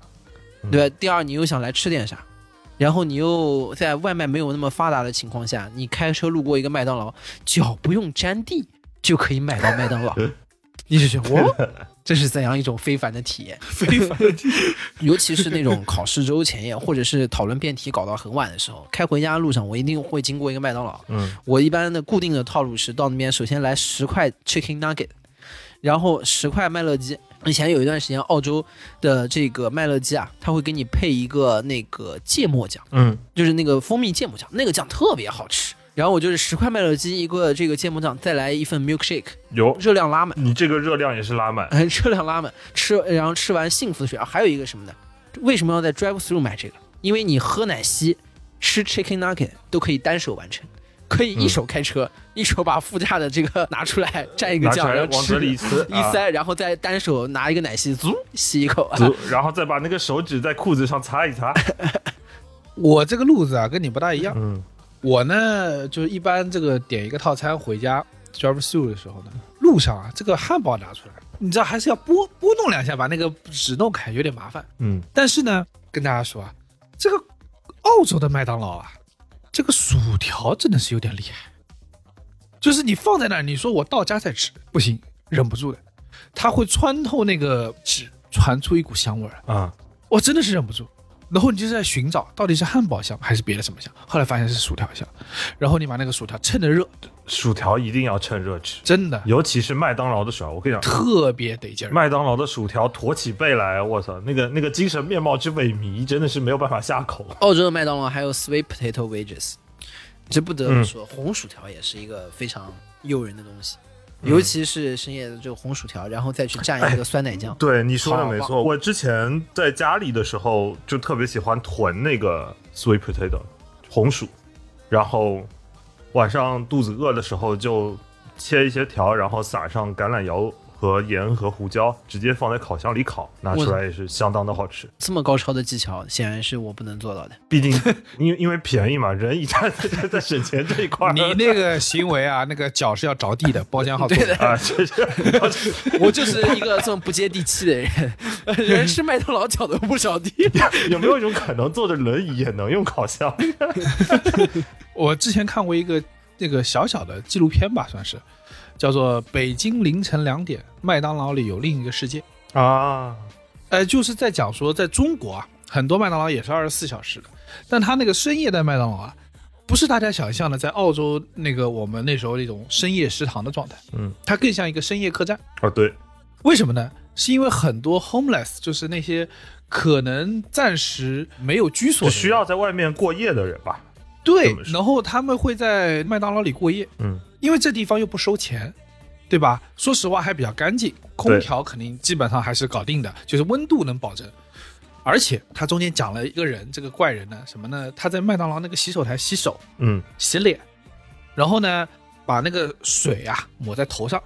F: 嗯
E: 对吧？第二，你又想来吃点啥，然后你又在外卖没有那么发达的情况下，你开车路过一个麦当劳，脚不用沾地就可以买到麦当劳，你就觉得哇，这是怎样一种非凡的体验？
D: 非凡的地
E: 尤其是那种考试周前夜，或者是讨论辩题搞到很晚的时候，开回家的路上，我一定会经过一个麦当劳。
F: 嗯，
E: 我一般的固定的套路是到那边首先来十块 chicken nugget，然后十块麦乐鸡。以前有一段时间，澳洲的这个麦乐鸡啊，它会给你配一个那个芥末酱，
F: 嗯，
E: 就是那个蜂蜜芥末酱，那个酱特别好吃。然后我就是十块麦乐鸡一个这个芥末酱，再来一份 milkshake
F: 有，
E: 热量拉满，
F: 你这个热量也是拉满，
E: 嗯，热量拉满，吃然后吃完幸福的水啊，还有一个什么呢？为什么要在 drive through 买这个？因为你喝奶昔、吃 chicken nugget 都可以单手完成，可以一
F: 嗯
E: 手开车，一手把副驾的这个 拿出来蘸一个
F: 拿起
E: 酱，
F: 来
E: 然后
F: 往
E: 吃
F: 嘴里一呲，
E: 一塞，然后再单手拿一个奶昔，足吸一口。
F: 啊，足 然后再把那个手指在裤子上擦一擦，
D: 我这个路子啊，跟你不大一样。
F: 嗯，
D: 我呢，就是一般这个点一个套餐回家 drive through 的时候呢，路上啊，这个汉堡拿出来，你知道还是要拨拨弄两下，把那个纸弄开，有点麻烦。
F: 嗯，
D: 但是呢，跟大家说啊，这个澳洲的麦当劳啊，这个薯条真的是有点厉害。就是你放在那儿，你说我到家再吃不行，忍不住的，它会穿透那个纸，传出一股香味儿来。
F: 啊，
D: 我真的是忍不住。然后你就在寻找到底是汉堡香还是别的什么香，后来发现是薯条香，然后你把那个薯条趁着热，
F: 薯条一定要趁热吃，
D: 真的
F: 尤其是麦当劳的薯条，我跟你讲。
D: 特别得劲儿。
F: 麦当劳的薯条驼起背来，我操，那个那个精神面貌之萎靡，真的是没有办法下口。
E: 澳洲的麦当劳还有 sweet potato wedges，这不得不
F: 嗯
E: 说，红薯条也是一个非常诱人的东西，
F: 嗯
E: 尤其是深夜的这个红薯条，然后再去蘸
F: 哎
E: 一个酸奶酱。
F: 对你说的
E: 好
F: 没
E: 吧
F: 错，我之前在家里的时候就特别喜欢囤那个 sweet potato 红薯，然后晚上肚子饿的时候就切一些条，然后撒上橄榄油和盐和胡椒，直接放在烤箱里烤，拿出来也是相当的好吃。
E: 这么高超的技巧，显然是我不能做到的。
F: 毕竟因为因 为便宜嘛，人一旦在在省钱这一块儿，
D: 你那个行为啊，那个脚是要着地的，包浆号做的。
F: 啊，这是
E: 我就是一个这么不接地气 的人，人吃麦当劳脚都不着地。
F: 有没有一种可能坐着轮椅也能用烤箱？
D: 我之前看过一个那个小小的纪录片吧，算是叫做《北京凌晨两点，麦当劳里有另一个世界》。
F: 啊，
D: 呃，就是在讲说，在中国啊，很多麦当劳也是二十四小时的，但它那个深夜的麦当劳啊，不是大家想象的在澳洲那个我们那时候那种深夜食堂的状态，
F: 嗯，
D: 它更像一个深夜客栈。
F: 哦对，
D: 为什么呢？是因为很多 homeless，就是那些可能暂时没有居所的
F: 只
D: 人，
F: 需要在外面过夜的人吧，
D: 对
F: 这么，说
D: 然后他们会在麦当劳里过夜，
F: 嗯。
D: 因为这地方又不收钱，对吧？说实话还比较干净，空调肯定基本上还是搞定的，就是温度能保证。而且他中间讲了一个人，这个怪人呢，什么呢？他在麦当劳那个洗手台洗手、
F: 嗯，
D: 洗脸，然后呢，把那个水啊抹在头上，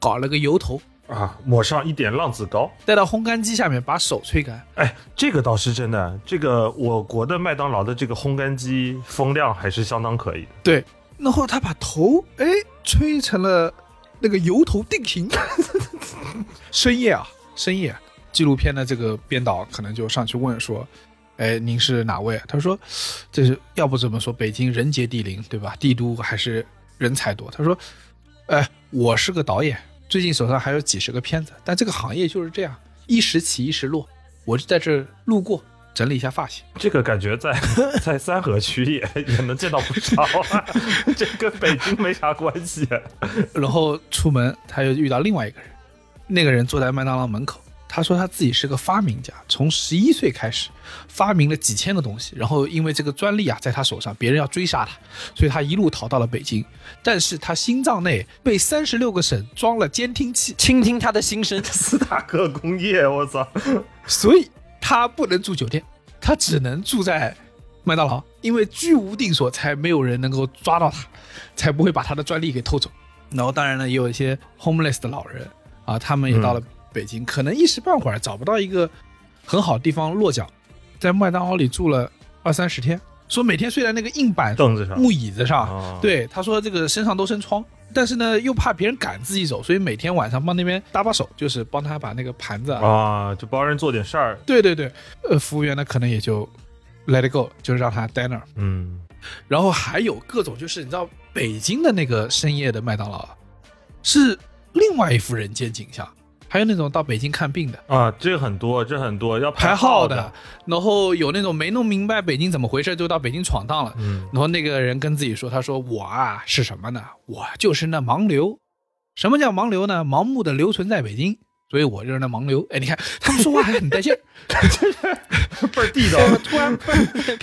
D: 搞了个油头，
F: 啊，抹上一点浪子膏。
D: 带到烘干机下面把手吹干。
F: 哎，这个倒是真的。这个我国的麦当劳的这个烘干机风量还是相当可以的。
D: 对，然后他把头哎吹成了那个油头定型。深夜啊，深夜，纪录片的这个编导可能就上去问说：“哎，您是哪位啊？”他说：“这是要不怎么说北京人杰地灵，对吧？帝都还是人才多。”他说：“哎，我是个导演，最近手上还有几十个片子，但这个行业就是这样，一时起一时落。我就在这儿路过，整理一下发型。”
F: 这个感觉在在三河区也也能见到不少、啊，这跟北京没啥关系。啊
D: 然后出门，他又遇到另外一个人，那个人坐在麦当劳门口，他说他自己是个发明家，从十一岁开始发明了几千个东西，然后因为这个专利啊在他手上，别人要追杀他，所以他一路逃到了北京。但是他心脏内被三十六个省装了监听器，
G: 倾听他的心声。
F: 斯塔克工业，我操！
D: 所以他不能住酒店，他只能住在麦当劳，因为居无定所，才没有人能够抓到他，才不会把他的专利给偷走。然后当然呢，也有一些 homeless 的老人啊，他们也到了北京，可能一时半会儿找不到一个很好的地方落脚，在麦当劳里住了二三十天，说每天睡在那个硬板
F: 凳子上
D: 木椅子上，
F: 哦
D: 对他说这个身上都生疮。但是呢，又怕别人赶自己走，所以每天晚上帮那边搭把手，就是帮他把那个盘子啊
F: 啊，就帮人做点事儿。
D: 对对对，呃，服务员呢可能也就 let it go，就是让他待那儿。
F: 嗯，
D: 然后还有各种，就是你知道北京的那个深夜的麦当劳啊，是另外一副人间景象，还有那种到北京看病的。
F: 啊，这很多，这很多要
D: 排
F: 号
D: 号的，，然后有那种没弄明白北京怎么回事就到北京闯荡了，
F: 嗯，
D: 然后那个人跟自己说：“他说我啊是什么呢？我就是那盲流。什么叫盲流呢？盲目的留存在北京，所以我就是那盲流。”哎，你看他们说话还很带劲儿，
F: 倍儿 地道，
D: 突然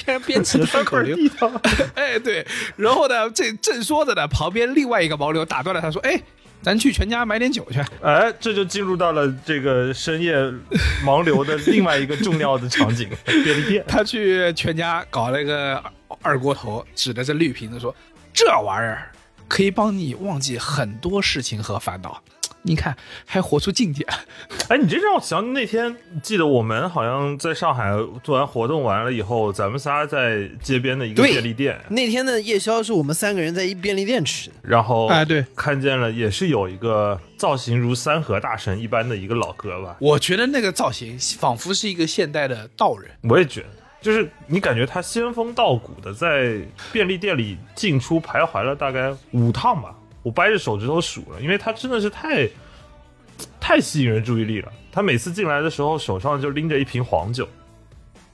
D: 边边吃
F: 三
D: 顺口
F: 块
D: 溜，
F: 地道。
D: 哎，对，然后呢，这正说着呢，旁边另外一个牦牛打断了他，说：“哎，咱去全家买点酒去。
F: 哎，这就进入到了这个深夜盲流的另外一个重要的场 景——便利”店。
D: 他去全家搞了个二锅头，指着这绿瓶子说：“这玩意儿可以帮你忘记很多事情和烦恼。”你看，还活出境界。
F: 哎，你这让我想起那天，记得我们好像在上海做完活动完了以后，咱们仨在街边的一个
E: 对
F: 便利店，
E: 那天的夜宵是我们三个人在一便利店吃的，
F: 然后
D: 哎对
F: 看见了也是有一个造型如山河大神一般的一个老哥吧，
D: 我觉得那个造型仿佛是一个现代的道人。
F: 我也觉得，就是你感觉他仙风道骨的在便利店里进出徘徊了大概五趟吧，我掰着手指头数了，因为他真的是太太吸引人注意力了。他每次进来的时候手上就拎着一瓶黄酒，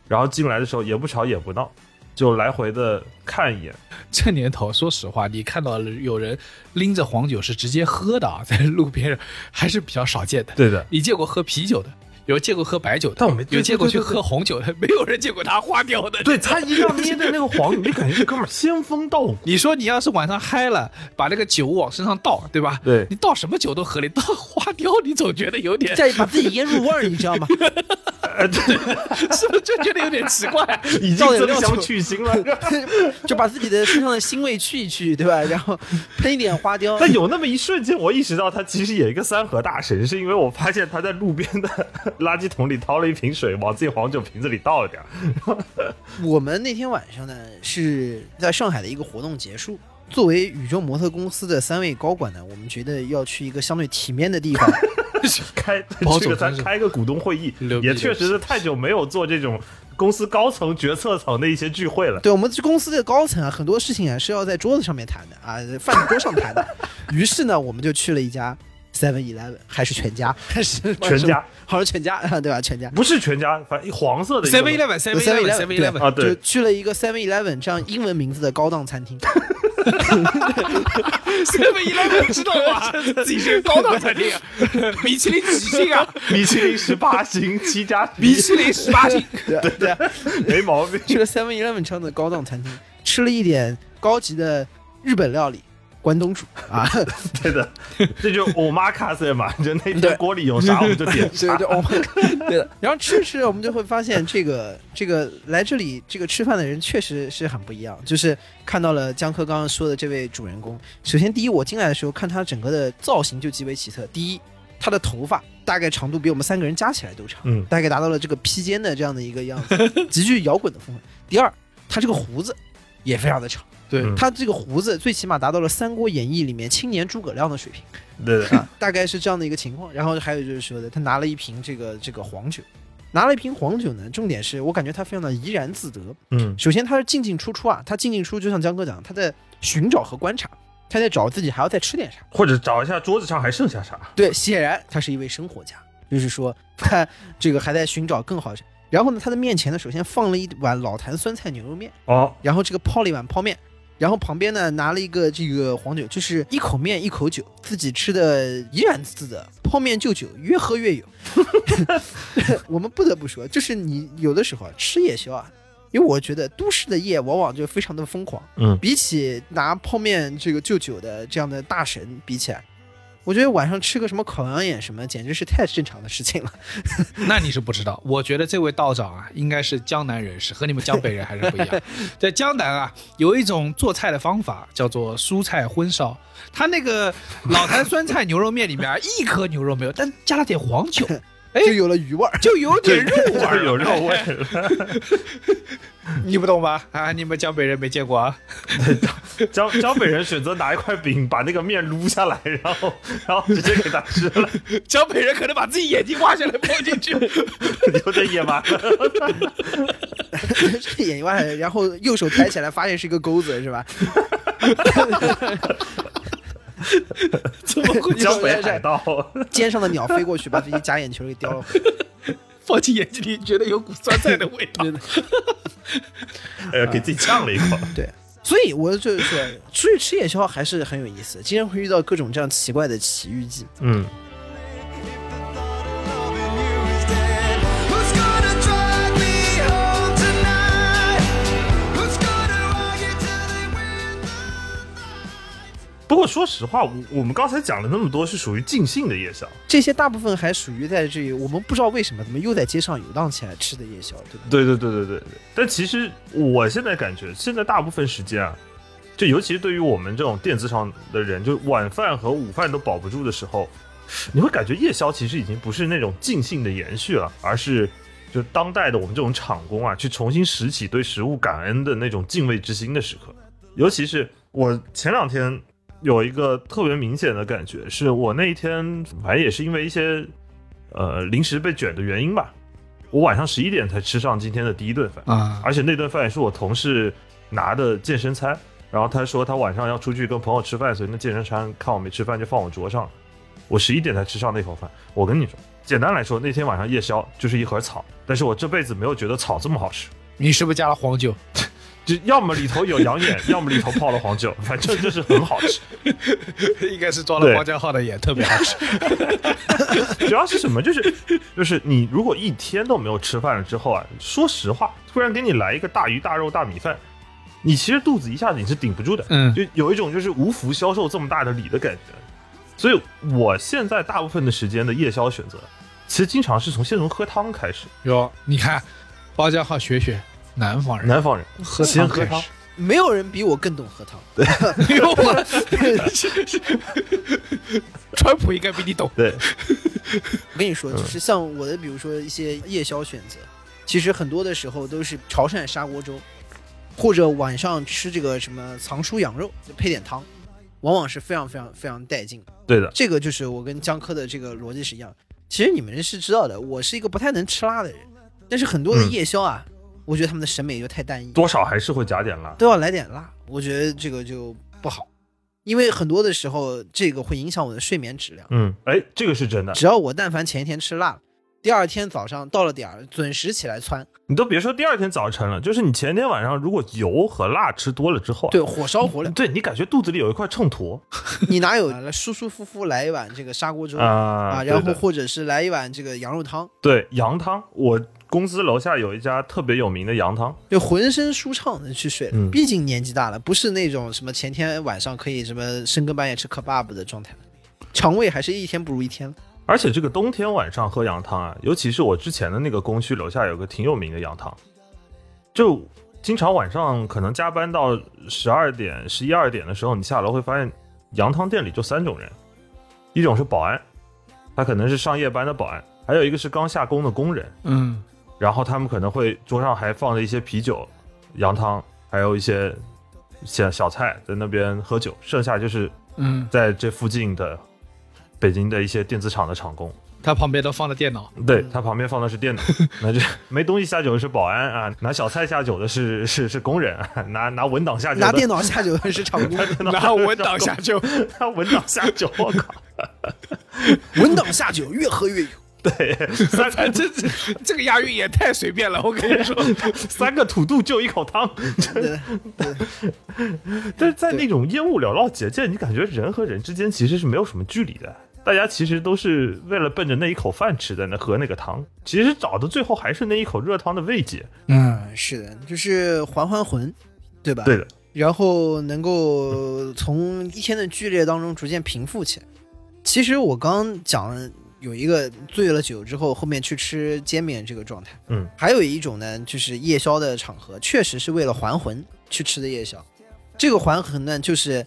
F: 然后进来的时候也不吵也不闹，就来回的看一眼。
D: 这年头，说实话，你看到有人拎着黄酒是直接喝的啊，在路边上还是比较少见的。
F: 对的，
D: 你见过喝啤酒的，有见过喝白酒的，
F: 但我没对
D: 有见过
F: 对
D: 去
F: 对对
D: 喝红酒的，没有人见过他花掉的。
F: 对他一样捏着那个黄酒，你就感觉这哥们儿仙风道 骨。
D: 你说你要是晚上嗨了，把那个酒往身上倒，对吧？
F: 对
D: 你倒什么酒都合理，倒花雕你总觉得有点，
E: 再把自己腌入味儿，你知道 吗？
D: 是不是就觉得有点奇 怪？
F: 哎已经
E: 造点
F: 增
E: 料
F: 香
E: 酒
F: 去腥了，
E: 就把自己的身上的腥味去一去，对吧？然后喷一点花雕，
F: 但有那么一瞬间，我意识到他其实也一个三河大神，是因为我发现他在路边的 垃圾桶里掏了一瓶水，往自己黄酒瓶子里倒了点儿。
E: 我们那天晚上呢，是在上海的一个活动结束。作为宇宙模特公司的三位高管呢，我们觉得要去一个相对体面的地 方，
F: 开
D: 包
F: 这
D: 总
F: 个咱
D: 真是
F: 开个股东会议
D: 牛，逼
F: 也确实是太久没有做这种公司高层决策层的一些聚会了。
E: 对我们公司的高层啊，很多事情啊是要在桌子上面谈的啊，饭桌上谈的。于是呢，我们就去了一家 Seven Eleven，还是全家，还是
F: 全家，
E: 好像是全家啊，对吧？全家
F: 不是全家，反正黄色的一个
D: Seven Eleven Seven
E: Seven
D: Eleven
E: Eleven，
D: Seven
E: 对
D: Eleven，
F: 啊，
E: 就
F: 对，
E: 去了一个 Seven Eleven 这样英文名字的高档餐厅。
D: Seven Eleven 知道吗？ 自己是高档餐厅啊， 米其林几星啊？
F: 米其林十八星七加
D: 米其林十八星，
E: 对啊对啊，
F: 没毛病。
E: 去了 Seven Eleven 这样的高档餐厅，吃了一点高级的日本料理，关东煮啊，
F: 对的，这就是我妈卡塞嘛，就那
E: 对
F: 天锅里有啥我们就点
E: 对
F: 啥。
E: 对，我们对的。然后吃着吃着，我们就会发现这个这个来这里这个吃饭的人确实是很不一样。就是看到了江科刚刚说的这位主人公，首先第一，我进来的时候看他整个的造型就极为奇特。第一，他的头发大概长度比我们三个人加起来都长，
F: 嗯
E: 大概达到了这个披肩的这样的一个样子，极具摇滚的风格。第二，他这个胡子也非常的长，
D: 对
F: 嗯
E: 他这个胡子最起码达到了《三国演义》里面青年诸葛亮的水平。
F: 对的，
E: 啊，大概是这样的一个情况。然后还有就是说的，他拿了一瓶这个这个黄酒，拿了一瓶黄酒呢，重点是我感觉他非常的怡然自得。
F: 嗯，
E: 首先他是进进出出啊，他进进出就像江哥讲的，他在寻找和观察，他在找自己还要再吃点啥。
F: 或者找一下桌子上还剩下啥。
E: 对，显然他是一位生活家，就是说 他这个还在寻找更好的。然后呢，他的面前呢，首先放了一碗老坛酸菜牛肉面，
F: 哦，
E: 然后这个泡了一碗泡面，然后旁边呢拿了一个这个黄酒，就是一口面一口酒，自己吃的怡然自得，泡面就酒，越喝越有。 我们不得不说，就是你有的时候啊吃夜宵啊，因为我觉得都市的夜往往就非常的疯狂，
F: 嗯
E: 比起拿泡面这个就酒的这样的大神比起来，我觉得晚上吃个什么烤羊眼什么，简直是太正常的事情了。
D: 那你是不知道，我觉得这位道长啊，应该是江南人士，和你们江北人还是不一 样。在江南啊，有一种做菜的方法叫做蔬菜荤烧，他那个老坛酸菜牛肉面里面啊一颗牛肉没有，但加了点黄酒，哎
E: 就有了余味儿，
D: 就有点肉 味儿，
F: 有肉味儿，
D: 你不懂吧？啊，你们江北人没见过啊？
F: 江江北人选择拿一块饼把那个面撸下来，然后然后直接给他吃 了，
D: 江北人可能把自己眼睛挖下来放进 去，
F: 有点野蛮。
E: 这眼睛挖下来，然后右手抬起来，发现是一个钩子，是吧？
D: 怎么会
F: 江北海盗，
E: 肩上的鸟飞过去，把自己假眼球给叼了回来。
D: 放进眼睛里觉得有股酸菜的味道？
F: 哎呀，给自己呛了一 口。
E: 对，所以我就是说，出去吃夜宵还是很有意思，经常会遇到各种这样奇怪的奇遇记。
F: 嗯，
C: Who's gonna drive me home tonight? Who's gonna ride you till they win the
F: 不过说实话，我我们刚才讲了那么多，是属于尽兴的夜宵。
E: 这些大部分还属于在这里，我们不知道为什么怎么又在街上游荡起来吃的夜宵，对吧？
F: 对对对对对对。但其实我现在感觉，现在大部分时间啊，就尤其是对于我们这种电子厂的人，就晚饭和午饭都保不住的时候，你会感觉夜宵其实已经不是那种尽兴的延续了，而是就当代的我们这种厂工啊，去重新拾起对食物感恩的那种敬畏之心的时刻。尤其是我前两天有一个特别明显的感觉，是我那一天反正也是因为一些呃临时被卷的原因吧，我晚上十一点才吃上今天的第一顿饭，
D: 啊，
F: 而且那顿饭是我同事拿的健身餐，然后他说他晚上要出去跟朋友吃饭，所以那健身餐看我没吃饭就放我桌上了。我十一点才吃上那口饭，我跟你说，简单来说，那天晚上夜宵就是一盒草，但是我这辈子没有觉得草这么好吃。
D: 你是不是加了黄酒？
F: 就要么里头有羊眼，要么里头泡了黄酒，反正就是很好吃。
D: 应该是装
F: 对
D: 了包浆号的眼，特别好吃。
F: 主要是什么？就是就是你如果一天都没有吃饭了之后啊，说实话，突然给你来一个大鱼大肉大米饭，你其实肚子一下子你是顶不住的，
D: 嗯
F: 就有一种就是无福消受这么大的礼的感觉。所以我现在大部分的时间的夜宵选择，其实经常是从先从喝汤开始。
D: 哟，你看，包浆号学学南方人，
F: 南方人
D: 喝
F: 先
D: 汤
F: 喝
D: 开
F: 汤
D: 始。
E: 没有人比我更懂喝汤。啊
D: 哟，我 川普应该比你懂。
F: 对，
E: 我跟你说，就是像我的，比如说一些夜宵选择，其实很多的时候都是潮汕砂锅粥，或者晚上吃这个什么藏书羊肉，就配点汤，往往是非常非常非常带劲的。
F: 对的，
E: 这个就是我跟江科的这个逻辑是一样。其实你们是知道的，我是一个不太能吃辣的人，但是很多的
F: 嗯
E: 夜宵啊，我觉得他们的审美就太单一，
F: 多少还是会加点辣。
E: 都要来点辣，我觉得这个就不好，因为很多的时候这个会影响我的睡眠质量。
F: 嗯，哎，这个是真的。
E: 只要我但凡前一天吃辣了，第二天早上到了点儿准时起来窜，
F: 你都别说第二天早晨了，就是你前天晚上如果油和辣吃多了之后啊，
E: 对，火烧 火燎，
F: 对你感觉肚子里有一块秤砣
E: 你哪有来舒舒服服来一碗这个砂锅粥
F: 啊
E: 啊，
F: 对的
E: 然后或者是来一碗这个羊肉汤，
F: 对羊汤，我公司楼下有一家特别有名的羊汤，
E: 就浑身舒畅的去睡了。
F: 嗯
E: 毕竟年纪大了，不是那种什么前天晚上可以什么深更半夜吃 kebab 的状态了，肠胃还是一天不如一天了。
F: 而且这个冬天晚上喝羊汤啊，尤其是我之前的那个工区楼下有个挺有名的羊汤，就经常晚上可能加班到十二点、十一二点的时候，你下楼会发现羊汤店里就三种人，一种是保安，他可能是上夜班的保安，还有一个是刚下工的工人，
D: 嗯，
F: 然后他们可能会桌上还放着一些啤酒、羊汤，还有一些小小菜在那边喝酒，剩下就是
D: 嗯，
F: 在这附近的北京的一些电子厂的厂工。
D: 他旁边都放了电 脑，
F: 对他旁边放的是 电脑，那这没东西下酒的是保安啊，拿小菜下酒的是 是是工人，啊、拿拿文档下酒的
E: 拿电脑下酒的是场 工，
D: 拿文档下酒。
F: 拿文档下酒，我靠！
E: 文档下酒越喝越有。
F: 对，三
D: 这这这个押韵也太随便了，我跟 你说，
F: 三个土豆就一口汤，
E: 对
F: 但是在那种烟雾缭绕结界，你感觉人和人之间其实是没有什么距离的，大家其实都是为了奔着那一口饭吃的，那喝那个汤，其实找到最后还是那一口热汤的慰藉。
D: 嗯，
E: 是的，就是还还魂，对吧？
F: 对的，
E: 然后能够从一天的剧烈当中逐渐平复起来。其实我刚讲了有一个醉了酒之后，后面去吃煎饼这个状态，
F: 嗯，
E: 还有一种呢，就是夜宵的场合，确实是为了还魂去吃的夜宵。这个还魂呢，就是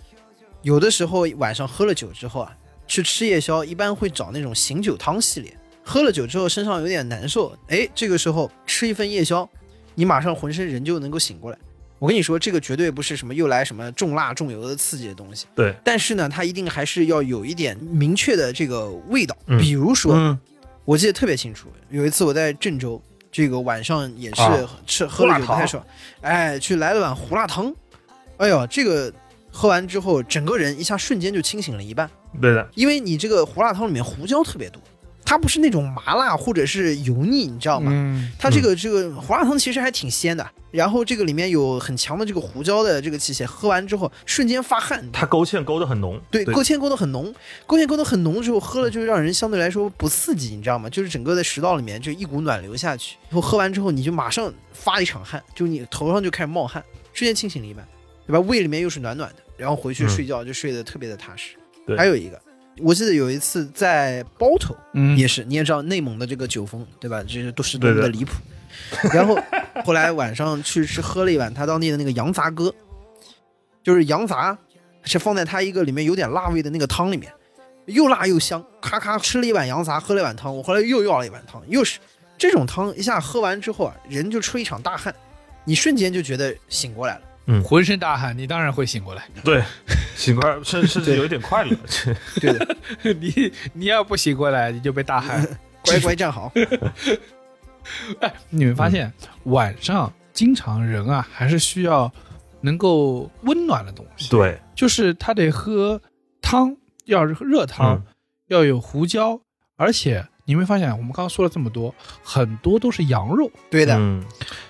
E: 有的时候晚上喝了酒之后啊，去吃夜宵，一般会找那种醒酒汤系列。喝了酒之后身上有点难受，哎，这个时候吃一份夜宵，你马上浑身人就能够醒过来。我跟你说，这个绝对不是什么又来什么重辣重油的刺激的东西，
F: 对，
E: 但是呢，它一定还是要有一点明确的这个味道。
F: 嗯
E: 比如说，
D: 嗯
E: 我记得特别清楚，有一次我在郑州，这个晚上也是
F: 啊
E: 吃、喝了酒
F: 胡辣
E: 不
F: 汤
E: 太爽，哎，去来了碗胡辣汤，哎呦，这个喝完之后，整个人一下瞬间就清醒了一半，
F: 对的，
E: 因为你这个胡辣汤里面胡椒特别多，它不是那种麻辣或者是油腻，你知道吗？
D: 嗯
E: 它这个这个胡辣汤其实还挺鲜的，然后这个里面有很强的这个胡椒的这个气息，喝完之后瞬间发汗，
F: 它勾芡勾得很浓，
E: 对，勾芡勾得很浓，勾芡勾得很浓之后，喝了就是让人相对来说不刺激，你知道吗？就是整个在食道里面就一股暖流下去，然后喝完之后你就马上发一场汗，就你头上就开始冒汗，瞬间清醒了一半，对吧？胃里面又是暖暖的，然后回去
F: 嗯
E: 睡觉就睡得特别的踏实。
F: 对
E: 还有一个，我记得有一次在包头，
D: 嗯
E: 也是，你也知道内蒙的这个酒风，对吧？这是都是多么
F: 对的
E: 的离谱。然后后来晚上去吃喝了一碗他当地的那个羊杂疙，就是羊杂是放在他一个里面有点辣味的那个汤里面，又辣又香，咔咔吃了一碗羊杂，喝了一碗汤。我后来又要了一碗汤，又是这种汤，一下喝完之后啊，人就出一场大汗，你瞬间就觉得醒过 来了。
D: 浑身大汗，你当然会醒过来。
F: 对，醒过来甚甚至有一点快 乐。
E: 对的，
D: 你你要不醒过来，你就被大汗。
E: 乖乖站好。
D: 你们发现、晚上经常人啊，还是需要能够温暖的东西，
F: 对，
D: 就是他得喝汤，要是热汤，
F: 嗯
D: 要有胡椒，而且你会发现，我们刚刚说了这么多，很多都是羊肉，
E: 对的，
F: 嗯，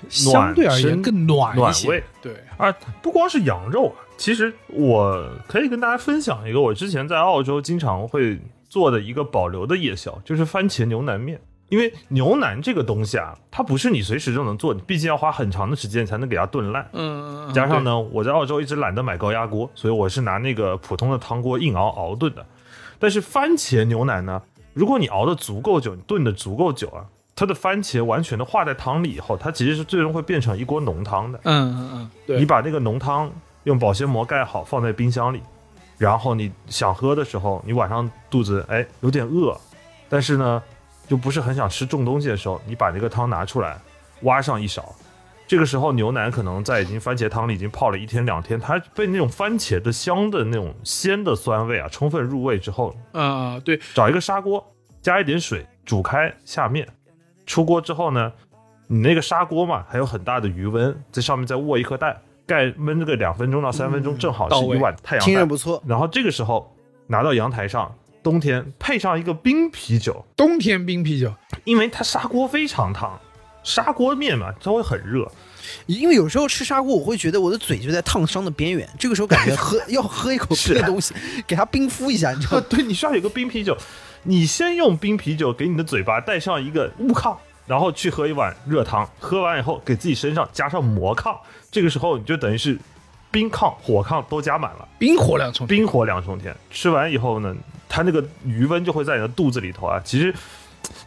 D: 相对而言
F: 身
D: 更暖一些。
F: 暖胃
D: 对，
F: 啊，不光是羊肉啊，其实我可以跟大家分享一个我之前在澳洲经常会做的一个保留的夜宵，就是番茄牛腩面。因为牛腩这个东西啊，它不是你随时就能做，你毕竟要花很长的时间才能给它炖烂。
D: 嗯，
F: 加上呢，我在澳洲一直懒得买高压锅，所以我是拿那个普通的汤锅硬熬熬炖的。但是番茄牛腩呢，如果你熬的足够久，你炖的足够久啊，它的番茄完全的化在汤里以后，它其实是最终会变成一锅浓汤的。
D: 对，嗯嗯嗯，对，
F: 你把那个浓汤用保鲜膜盖好，放在冰箱里，然后你想喝的时候，你晚上肚子哎有点饿，但是呢就不是很想吃重东西的时候，你把那个汤拿出来，挖上一勺。这个时候牛腩可能在已经番茄汤里已经泡了一天两天，它被那种番茄的香的那种鲜的酸味啊充分入味之后，
D: 啊、对，
F: 找一个砂锅，加一点水煮开下面，出锅之后呢，你那个砂锅嘛还有很大的余温，在上面再卧一颗蛋，盖焖这个两分钟到三分钟，正好
D: 嗯到
F: 是
D: 位
F: 一碗太阳
E: 听着
F: 蛋。
E: 不错。
F: 然后这个时候拿到阳台上，冬天配上一个冰啤酒，
D: 冬天冰啤酒，
F: 因为它砂锅非常烫，砂锅面嘛它会很热，
E: 因为有时候吃砂锅，我会觉得我的嘴就在烫伤的边缘，这个时候感觉喝要喝一口
F: 是
E: 别的东西，给它冰敷一下，你知道
F: 啊，
E: 吗？
F: 对你需要有个冰啤酒，你先用冰啤酒给你的嘴巴带上一个雾炕，然后去喝一碗热汤，喝完以后给自己身上加上魔炕，这个时候你就等于是冰炕、火炕都加满了，
D: 冰火两重天，
F: 冰火两重天。吃完以后呢，它那个余温就会在你的肚子里头啊，其实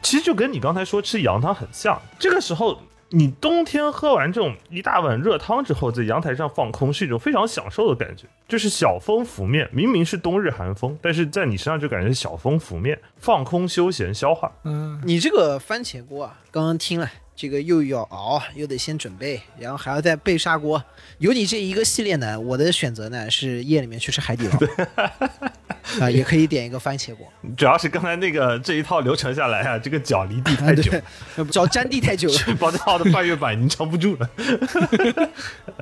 F: 其实就跟你刚才说吃羊汤很像，这个时候。你冬天喝完这种一大碗热汤之后，在阳台上放空是一种非常享受的感觉，就是小风拂面。明明是冬日寒风，但是在你身上就感觉是小风拂面，放空、休闲、消化。
D: 嗯，
E: 你这个番茄锅啊，刚刚听了，这个又要熬，又得先准备，然后还要再备砂锅。有你这一个系列呢，我的选择呢是夜里面去吃海底捞，啊、也可以点一个番茄锅，
F: 主要是刚才那个这一套流程下来啊，这个脚离地
E: 啊
F: 太久，
E: 对，脚沾地太久 了，
F: 包家浩的半月板已经撑不住了。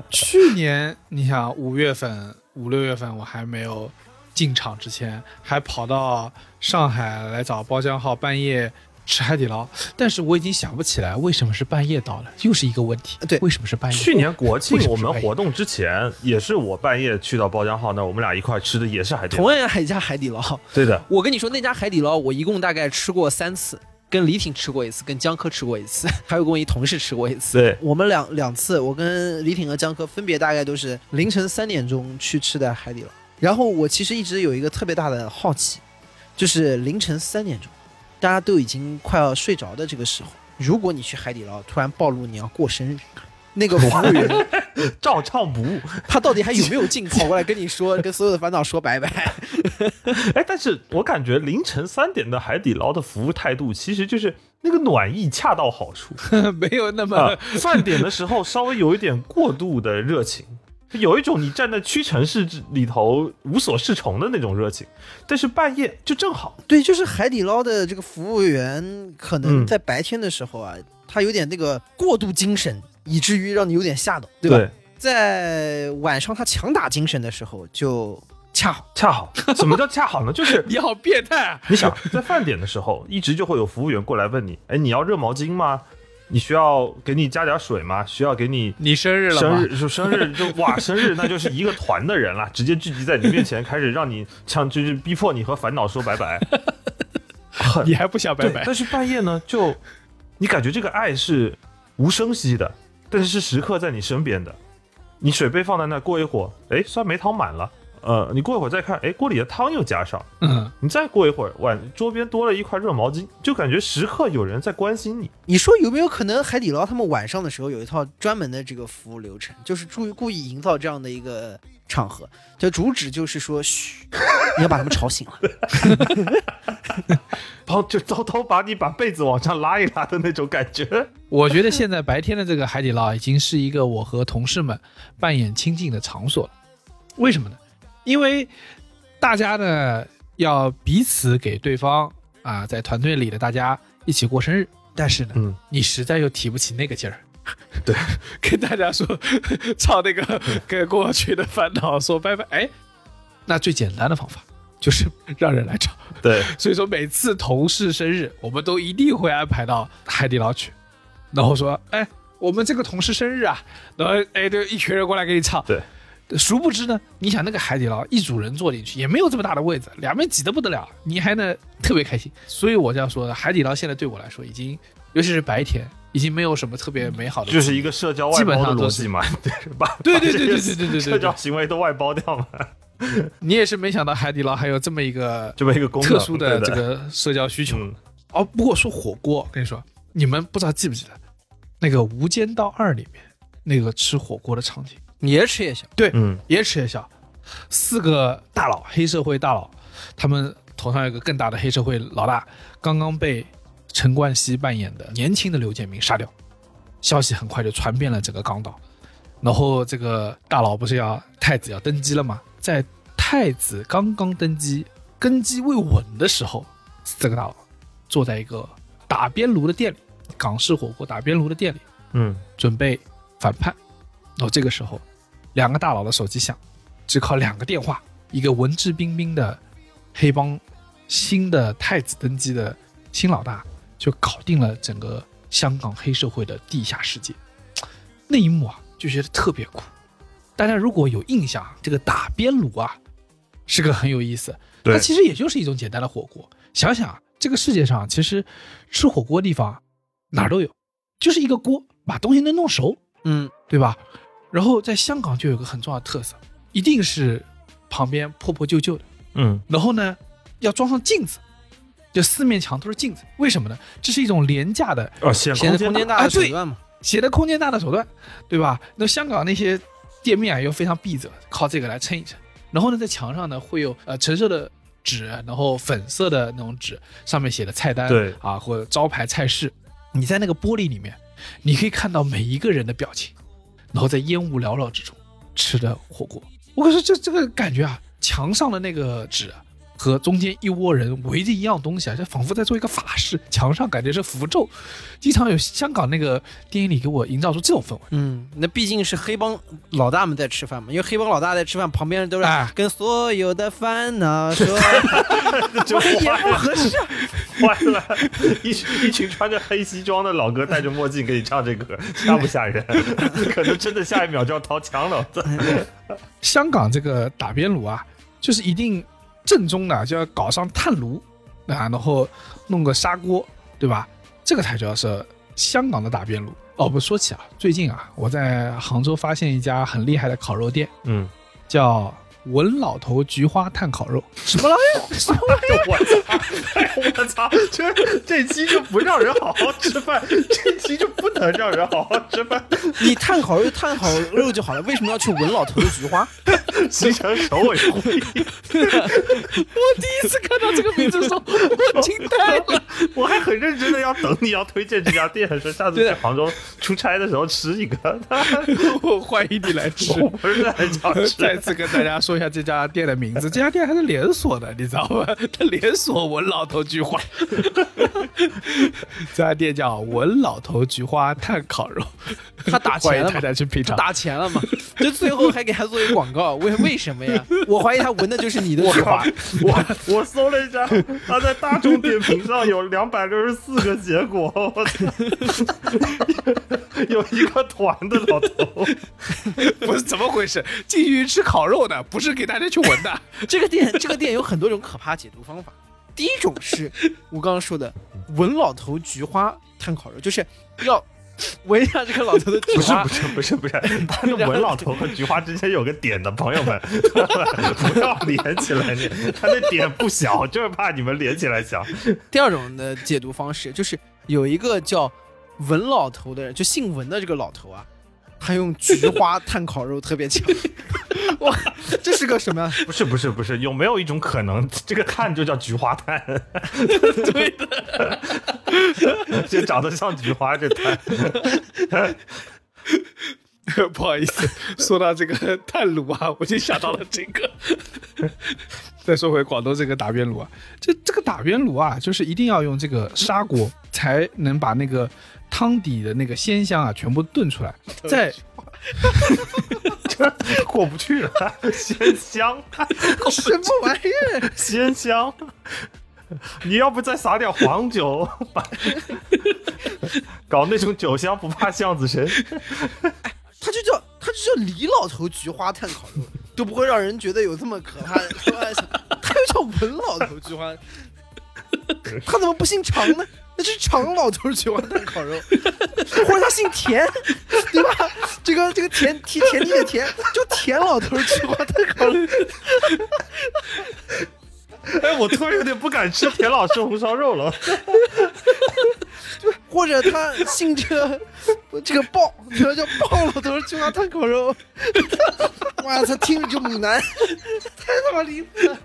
D: 去年你想五月份、五六月份我还没有进场之前，还跑到上海来找包江浩，半夜吃海底捞，但是我已经想不起来为什么是半夜到了，又是一个问题。
E: 对
D: 为什么是半夜？
F: 去年国庆
D: 为什么
F: 我
D: 哎是半
F: 们
D: 夜
F: 活动之前，也是我半夜去到包浆号那儿，我们俩一块儿吃的也是海底
E: 同
F: 捞。
E: 样一家海底捞，
F: 对的，
E: 我跟你说那家海底捞，我一共大概吃过三次，跟李挺吃过一次，跟江科吃过一次， 还有跟我一同事吃过一次。
F: 对，
E: 我们两两次，我跟李挺和江科分别大概都是凌晨三点钟去吃的海底捞。然后我其实一直有一个特别大的好奇，就是凌晨三点钟，大家都已经快要睡着的这个时候，如果你去海底捞突然暴露你要过生日，那个服务员
F: 照唱不误。
E: 他到底还有没有劲跑过来跟你说，跟所有的烦恼说拜拜？
F: 哎，但是我感觉凌晨三点的海底捞的服务态度，其实就是那个暖意恰到好处
D: 没有那么、
F: 啊。饭点的时候稍微有一点过度的热情，有一种你站在屈臣氏里头无所适从的那种热情，但是半夜就正好。
E: 对，就是海底捞的这个服务员，可能
F: 嗯
E: 在白天的时候啊，他有点那个过度精神，以至于让你有点吓到，对吧？在晚上他强打精神的时候，就恰好
F: 恰好， 什么叫恰好呢？就是
D: 你好变态啊！
F: 你想在饭点的时候，一直就会有服务员过来问你：“哎，你要热毛巾吗？你需要给你加点水吗？需要给你
D: 你生日了吗？
F: 生日就生日就哇，生日那就是一个团的人了，直接聚集在你面前，开始让你像就是逼迫你和烦恼说拜拜。
D: 你还不 想拜
F: 对，
D: 拜？
F: 但是半夜呢，就你感觉这个爱是无声息的，但是是时刻在你身边的。你水杯放在那，过一会儿，哎，酸梅汤满了。呃，你过一会儿再看，哎，锅里的汤又加上，
D: 嗯，
F: 你再过一会儿，碗桌边多了一块热毛巾，就感觉时刻有人在关心你。
E: 你说有没有可能海底捞他们晚上的时候有一套专门的这个服务流程，就是注意故意营造这样的一个场合，就主旨就是说，嘘，你要把他们吵醒了。
F: 然后就偷偷把你把被子往上拉一拉的那种感觉，
D: 我觉得现在白天的这个海底捞已经是一个我和同事们扮演亲近的场所了。为什么呢？因为大家呢要彼此给对方啊，在团队里的大家一起过生日，但是呢，
F: 嗯
D: 你实在又提不起那个劲儿。对， 跟大家说，唱那个跟过去的烦恼说拜拜。哎，那最简单的方法就是让人来唱。
F: 对，
D: 所以说每次同事生日，我们都一定会安排到海底捞去。然后说，哎，我们这个同事生日啊，然后哎，对，一群人过来给你唱。
F: 对，
D: 殊不知呢，你想那个海底捞一组人坐进去也没有这么大的位子，两边挤得不得了，你还能特别开心。所以我这样说，海底捞现在对我来说已经，尤其是白天，已经没有什么特别美好的记忆，
F: 就是一个社交外包的逻辑嘛，对吧？
D: 对对对对对对对对
F: 社交行为都外包掉嘛，
D: 你也是没想到海底捞还有这么一个
F: 这么一个功能，
D: 特殊的
F: 对
D: 这个社交需求。
F: 嗯，
D: 哦，不过说火锅，跟你说，你们不知道记不记得那个《无间道二》里面那个吃火锅的场景，
E: 你 也吃夜宵，
F: 嗯，
D: 也吃夜宵，四个大佬，黑社会大佬，他们头上有个更大的黑社会老大，刚刚被陈冠希扮演的年轻的刘建明杀掉，消息很快就传遍了整个港岛。然后这个大佬不是要太子要登基了吗？在太子刚刚登基、根基未稳的时候，这个大佬坐在一个打边炉的店里，港式火锅打边炉的店里，
F: 嗯，
D: 准备反叛。然后这个时候，两个大佬的手机响，只靠两个电话，一个文质彬彬的黑帮新的太子登基的新老大，就搞定了整个香港黑社会的地下世界。那一幕啊，就觉得特别酷。大家如果有印象，这个打边炉啊，是个很有意思。它
F: 对
D: 其实也就是一种简单的火锅。想想啊这个世界上，其实吃火锅的地方啊哪儿都有，就是一个锅，把东西能弄熟，
E: 嗯，
D: 对吧？然后在香港就有个很重要的特色，一定是旁边破破旧旧的，
F: 嗯，
D: 然后呢要装上镜子，就四面墙都是镜子。为什么呢？这是一种廉价的
F: 哦，显
E: 显得空
F: 空
E: 间
F: 间大，
E: 大的
D: 啊
E: 手
D: 对
E: 段嘛。
D: 写的空间大的手段，对吧？那香港那些店面啊又非常闭塞，靠这个来撑一撑。然后呢，在墙上呢会有呃橙色的纸，然后粉色的那种纸，上面写的菜单，
F: 对
D: 啊或者招牌菜式。你在那个玻璃里面，你可以看到每一个人的表情，然后在烟雾缭绕之中吃的火锅。我可是这这个感觉啊，墙上的那个纸啊和中间一窝人围着一样东西啊，这仿佛在做一个法事，墙上感觉是符咒，经常有香港那个电影里给我营造出这种氛围。
E: 嗯，那毕竟是黑帮老大们在吃饭嘛，因为黑帮老大在吃饭，旁边人都是
D: 哎
E: 跟所有的烦恼说，
F: 就坏
E: 也不合适。
F: 坏了，一群一群穿着黑西装的老哥戴着墨镜给你唱这歌，吓不吓人？可能真的下一秒就要掏枪了。
D: 香港这个打边炉啊，就是一定正宗的就要搞上炭炉啊，然后弄个砂锅，对吧？这个才叫是香港的打边炉。哦，不说起啊，最近啊，我在杭州发现一家很厉害的烤肉店，
F: 嗯，
D: 叫文老头菊花炭烤肉。什么玩意儿？什么玩意
F: 我操！哎呦我 操！这这期就不让人好好吃饭，这期就不能让人好好吃饭，
E: 你炭烤肉炭烤肉就好了，为什么要去闻老头的菊 花？
F: 形成首尾呼应。
D: 我第一次看到这个名字的时候，我惊呆了。
F: 我还很认真的要等你要推荐这家店，说下次去杭州出差的时候吃一个。
D: 我欢迎你来 吃。
F: 我不是很想
D: 再
F: 吃，
D: 次跟大家说一下这家店的名 字，这家店还是连锁的，你知道吗？ 它连锁文老头菊花， 这家店叫文老头菊花炭烤肉，
E: 他打
D: 欢
E: 钱
D: 迎
E: 了
D: 大
E: 嘛？
D: 家去品
E: 他
D: 尝。
E: 打钱了嘛？就最后还给他做一广告，为为什么呀？ 我怀疑他闻的就是你的菊花。
F: 我我搜了一下，他在大众点评上有两百六十四个结果，我 操，有一个团的老头，
D: 不是怎么回事？进去吃烤肉的，不是给大家去闻的。
E: 这个店这个店有很多种可怕解读方法。第一种是我刚刚说的闻老头菊花炭烤肉，就是要闻一下这个老头的菊
F: 不是
E: 花。
F: 不是不是不是，他那文老头和菊花之间有个点的，朋友 们，不要连起来，你他那点不小，就是怕你们连起来想。
E: 第二种的解读方式就是有一个叫文老头的人，就姓文的这个老头啊，他用菊花炭烤肉特别强。哇，这是个什么呀？
F: 不是不是不是，有没有一种可能，这个炭就叫菊花 炭？对的， 这长得像菊花这炭。
D: 不好意思，说到这个炭炉啊，我就想到了这个。 再说回广东这个打边炉啊，这这个打边炉啊，就是一定要用这个砂锅才能把那个汤底的那个鲜香啊全部炖出来。在
F: 过不去了，鲜香，
E: 什么玩意儿？
F: 鲜香。你要不再撒点黄酒，把搞那种酒香不怕巷子深。
E: 他就叫他就叫李老头菊花炭烤肉，都不会让人觉得有这么可怕。他又叫文老头菊花，他怎么不姓常呢？那是常老头菊花炭烤肉，或者他姓田，对吧？这个这个田田田地的田叫田老头菊花炭烤肉。
F: 哎，我突然有点不敢吃田老师红烧肉了。
E: 或者他姓这 个这个鲍，他叫鲍老头菊花炭烤肉。 哇，他听着就猛男，太他妈离谱了！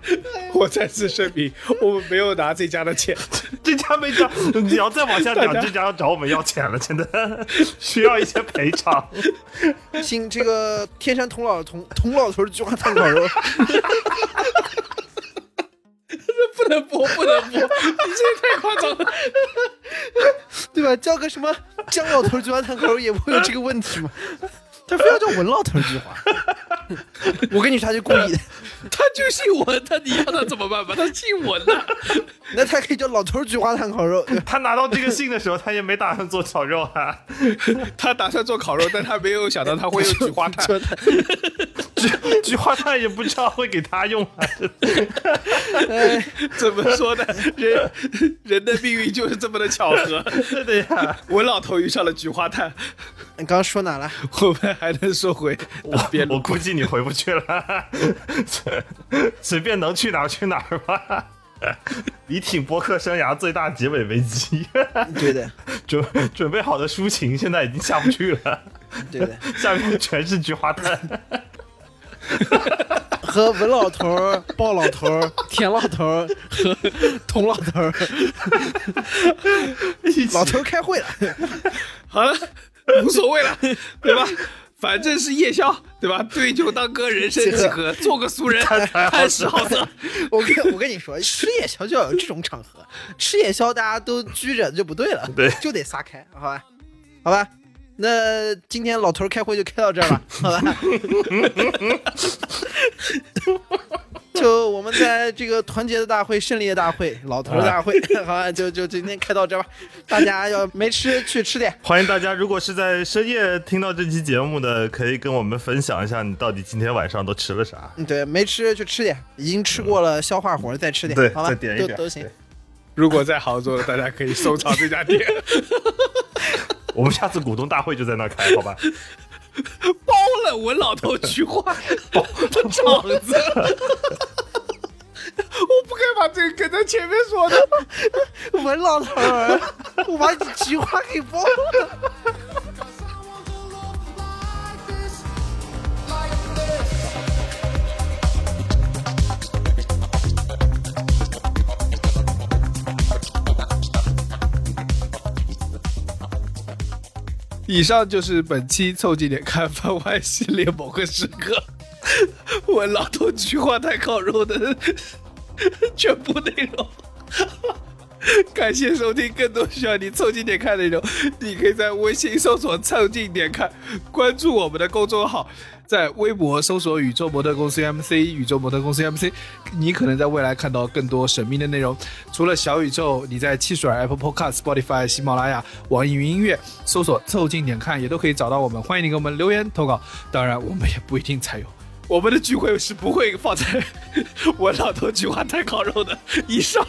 D: 我再次声明，我们没有拿这家的钱，
F: 这家没讲，你要再往下讲，这家要找我们要钱了，真的需要一些赔偿。
E: 请这个天山童姥童童老头菊花炭烤肉。
D: 不能播，不能播，你这也太夸张了。
E: 对吧？叫个什么姜老头菊花炭烤肉也不会有这个问题嘛。他非要叫文老头菊花， 我跟你说他就故意的。
D: 他就姓文，他你让他怎么办吧？他姓文呐、
E: 那他可以叫老头菊花炭烤肉，对吧
F: 他拿到这个信的时候，他也没打算做炒肉啊。
D: 他打算做烤肉，但他没有想到他会用菊花 炭。
F: 菊菊花炭也不知道会给他用啊。
D: 怎么说呢？人人的命运就是这么的巧 合。
F: 对的呀，
D: 文老头遇上了菊花炭，
E: 你刚刚说哪了？
D: 我们还能说回打 边
F: 我
D: 炉。
F: 估计你回不去了， 随随便能去哪儿去哪儿吧。 你挺播客生涯最大结尾危机，
E: 对的，
F: 准准备好的抒情现在已经下不去了，
E: 对的，
F: 下面全是菊花炭。
E: 和文老头、鲍老头、 田老头和童老头，
F: 一起
E: 老头开会了。
D: 好了，无所谓了，对吧？反正是夜宵，对吧？对酒当歌，人生几何？做个俗人，
F: 好
D: 贪食好色。
E: 我跟我跟你说，吃夜宵就要有这种场合，吃夜宵大家都拘着就不对了，
F: 对
E: 就得撒开，好吧，好吧。那今天老头儿开会就开到这儿吧，好吧。 就我们在这个团结的大会、胜利的大会、老头儿大会，
F: 啊
E: 好吧，就就今天开到这儿吧。大家要没吃去吃点，
F: 欢迎大家，如果是在深夜听到这期节目的，可以跟我们分享一下你到底今天晚上都吃了啥。
E: 嗯对，没吃去吃点，已经吃过了消化火了再吃点，
F: 对
E: 好吧，
F: 再点一点
E: 都都行。
D: 如果在杭州的，大家可以收藏这家店，
F: 我们下次股东大会就在那儿开，好吧？
D: 包了我老头菊花的场子。我不该把这个梗在前面说的。
E: 文老头儿，我把你菊花给剥了。
D: 以上就是本期凑近点看番外系列某个时刻， 我老头菊花太烤肉的 全部内容。 感谢收听，更多需要你凑近点看内容，你可以在微信搜索“凑近点看”，关注我们的公众号，在微博搜索“宇宙模特公司 MC”、“宇宙模特公司 MC”，你可能在未来看到更多神秘的内容。除了小宇宙，你在汽水、Apple Podcast、Spotify、喜马拉雅、网易云音乐搜索“凑近点看”也都可以找到我们。欢迎你给我们留言投稿，当然我们也不一定采用。我们的 聚会是不会放在我老头菊花太烤肉的。以上。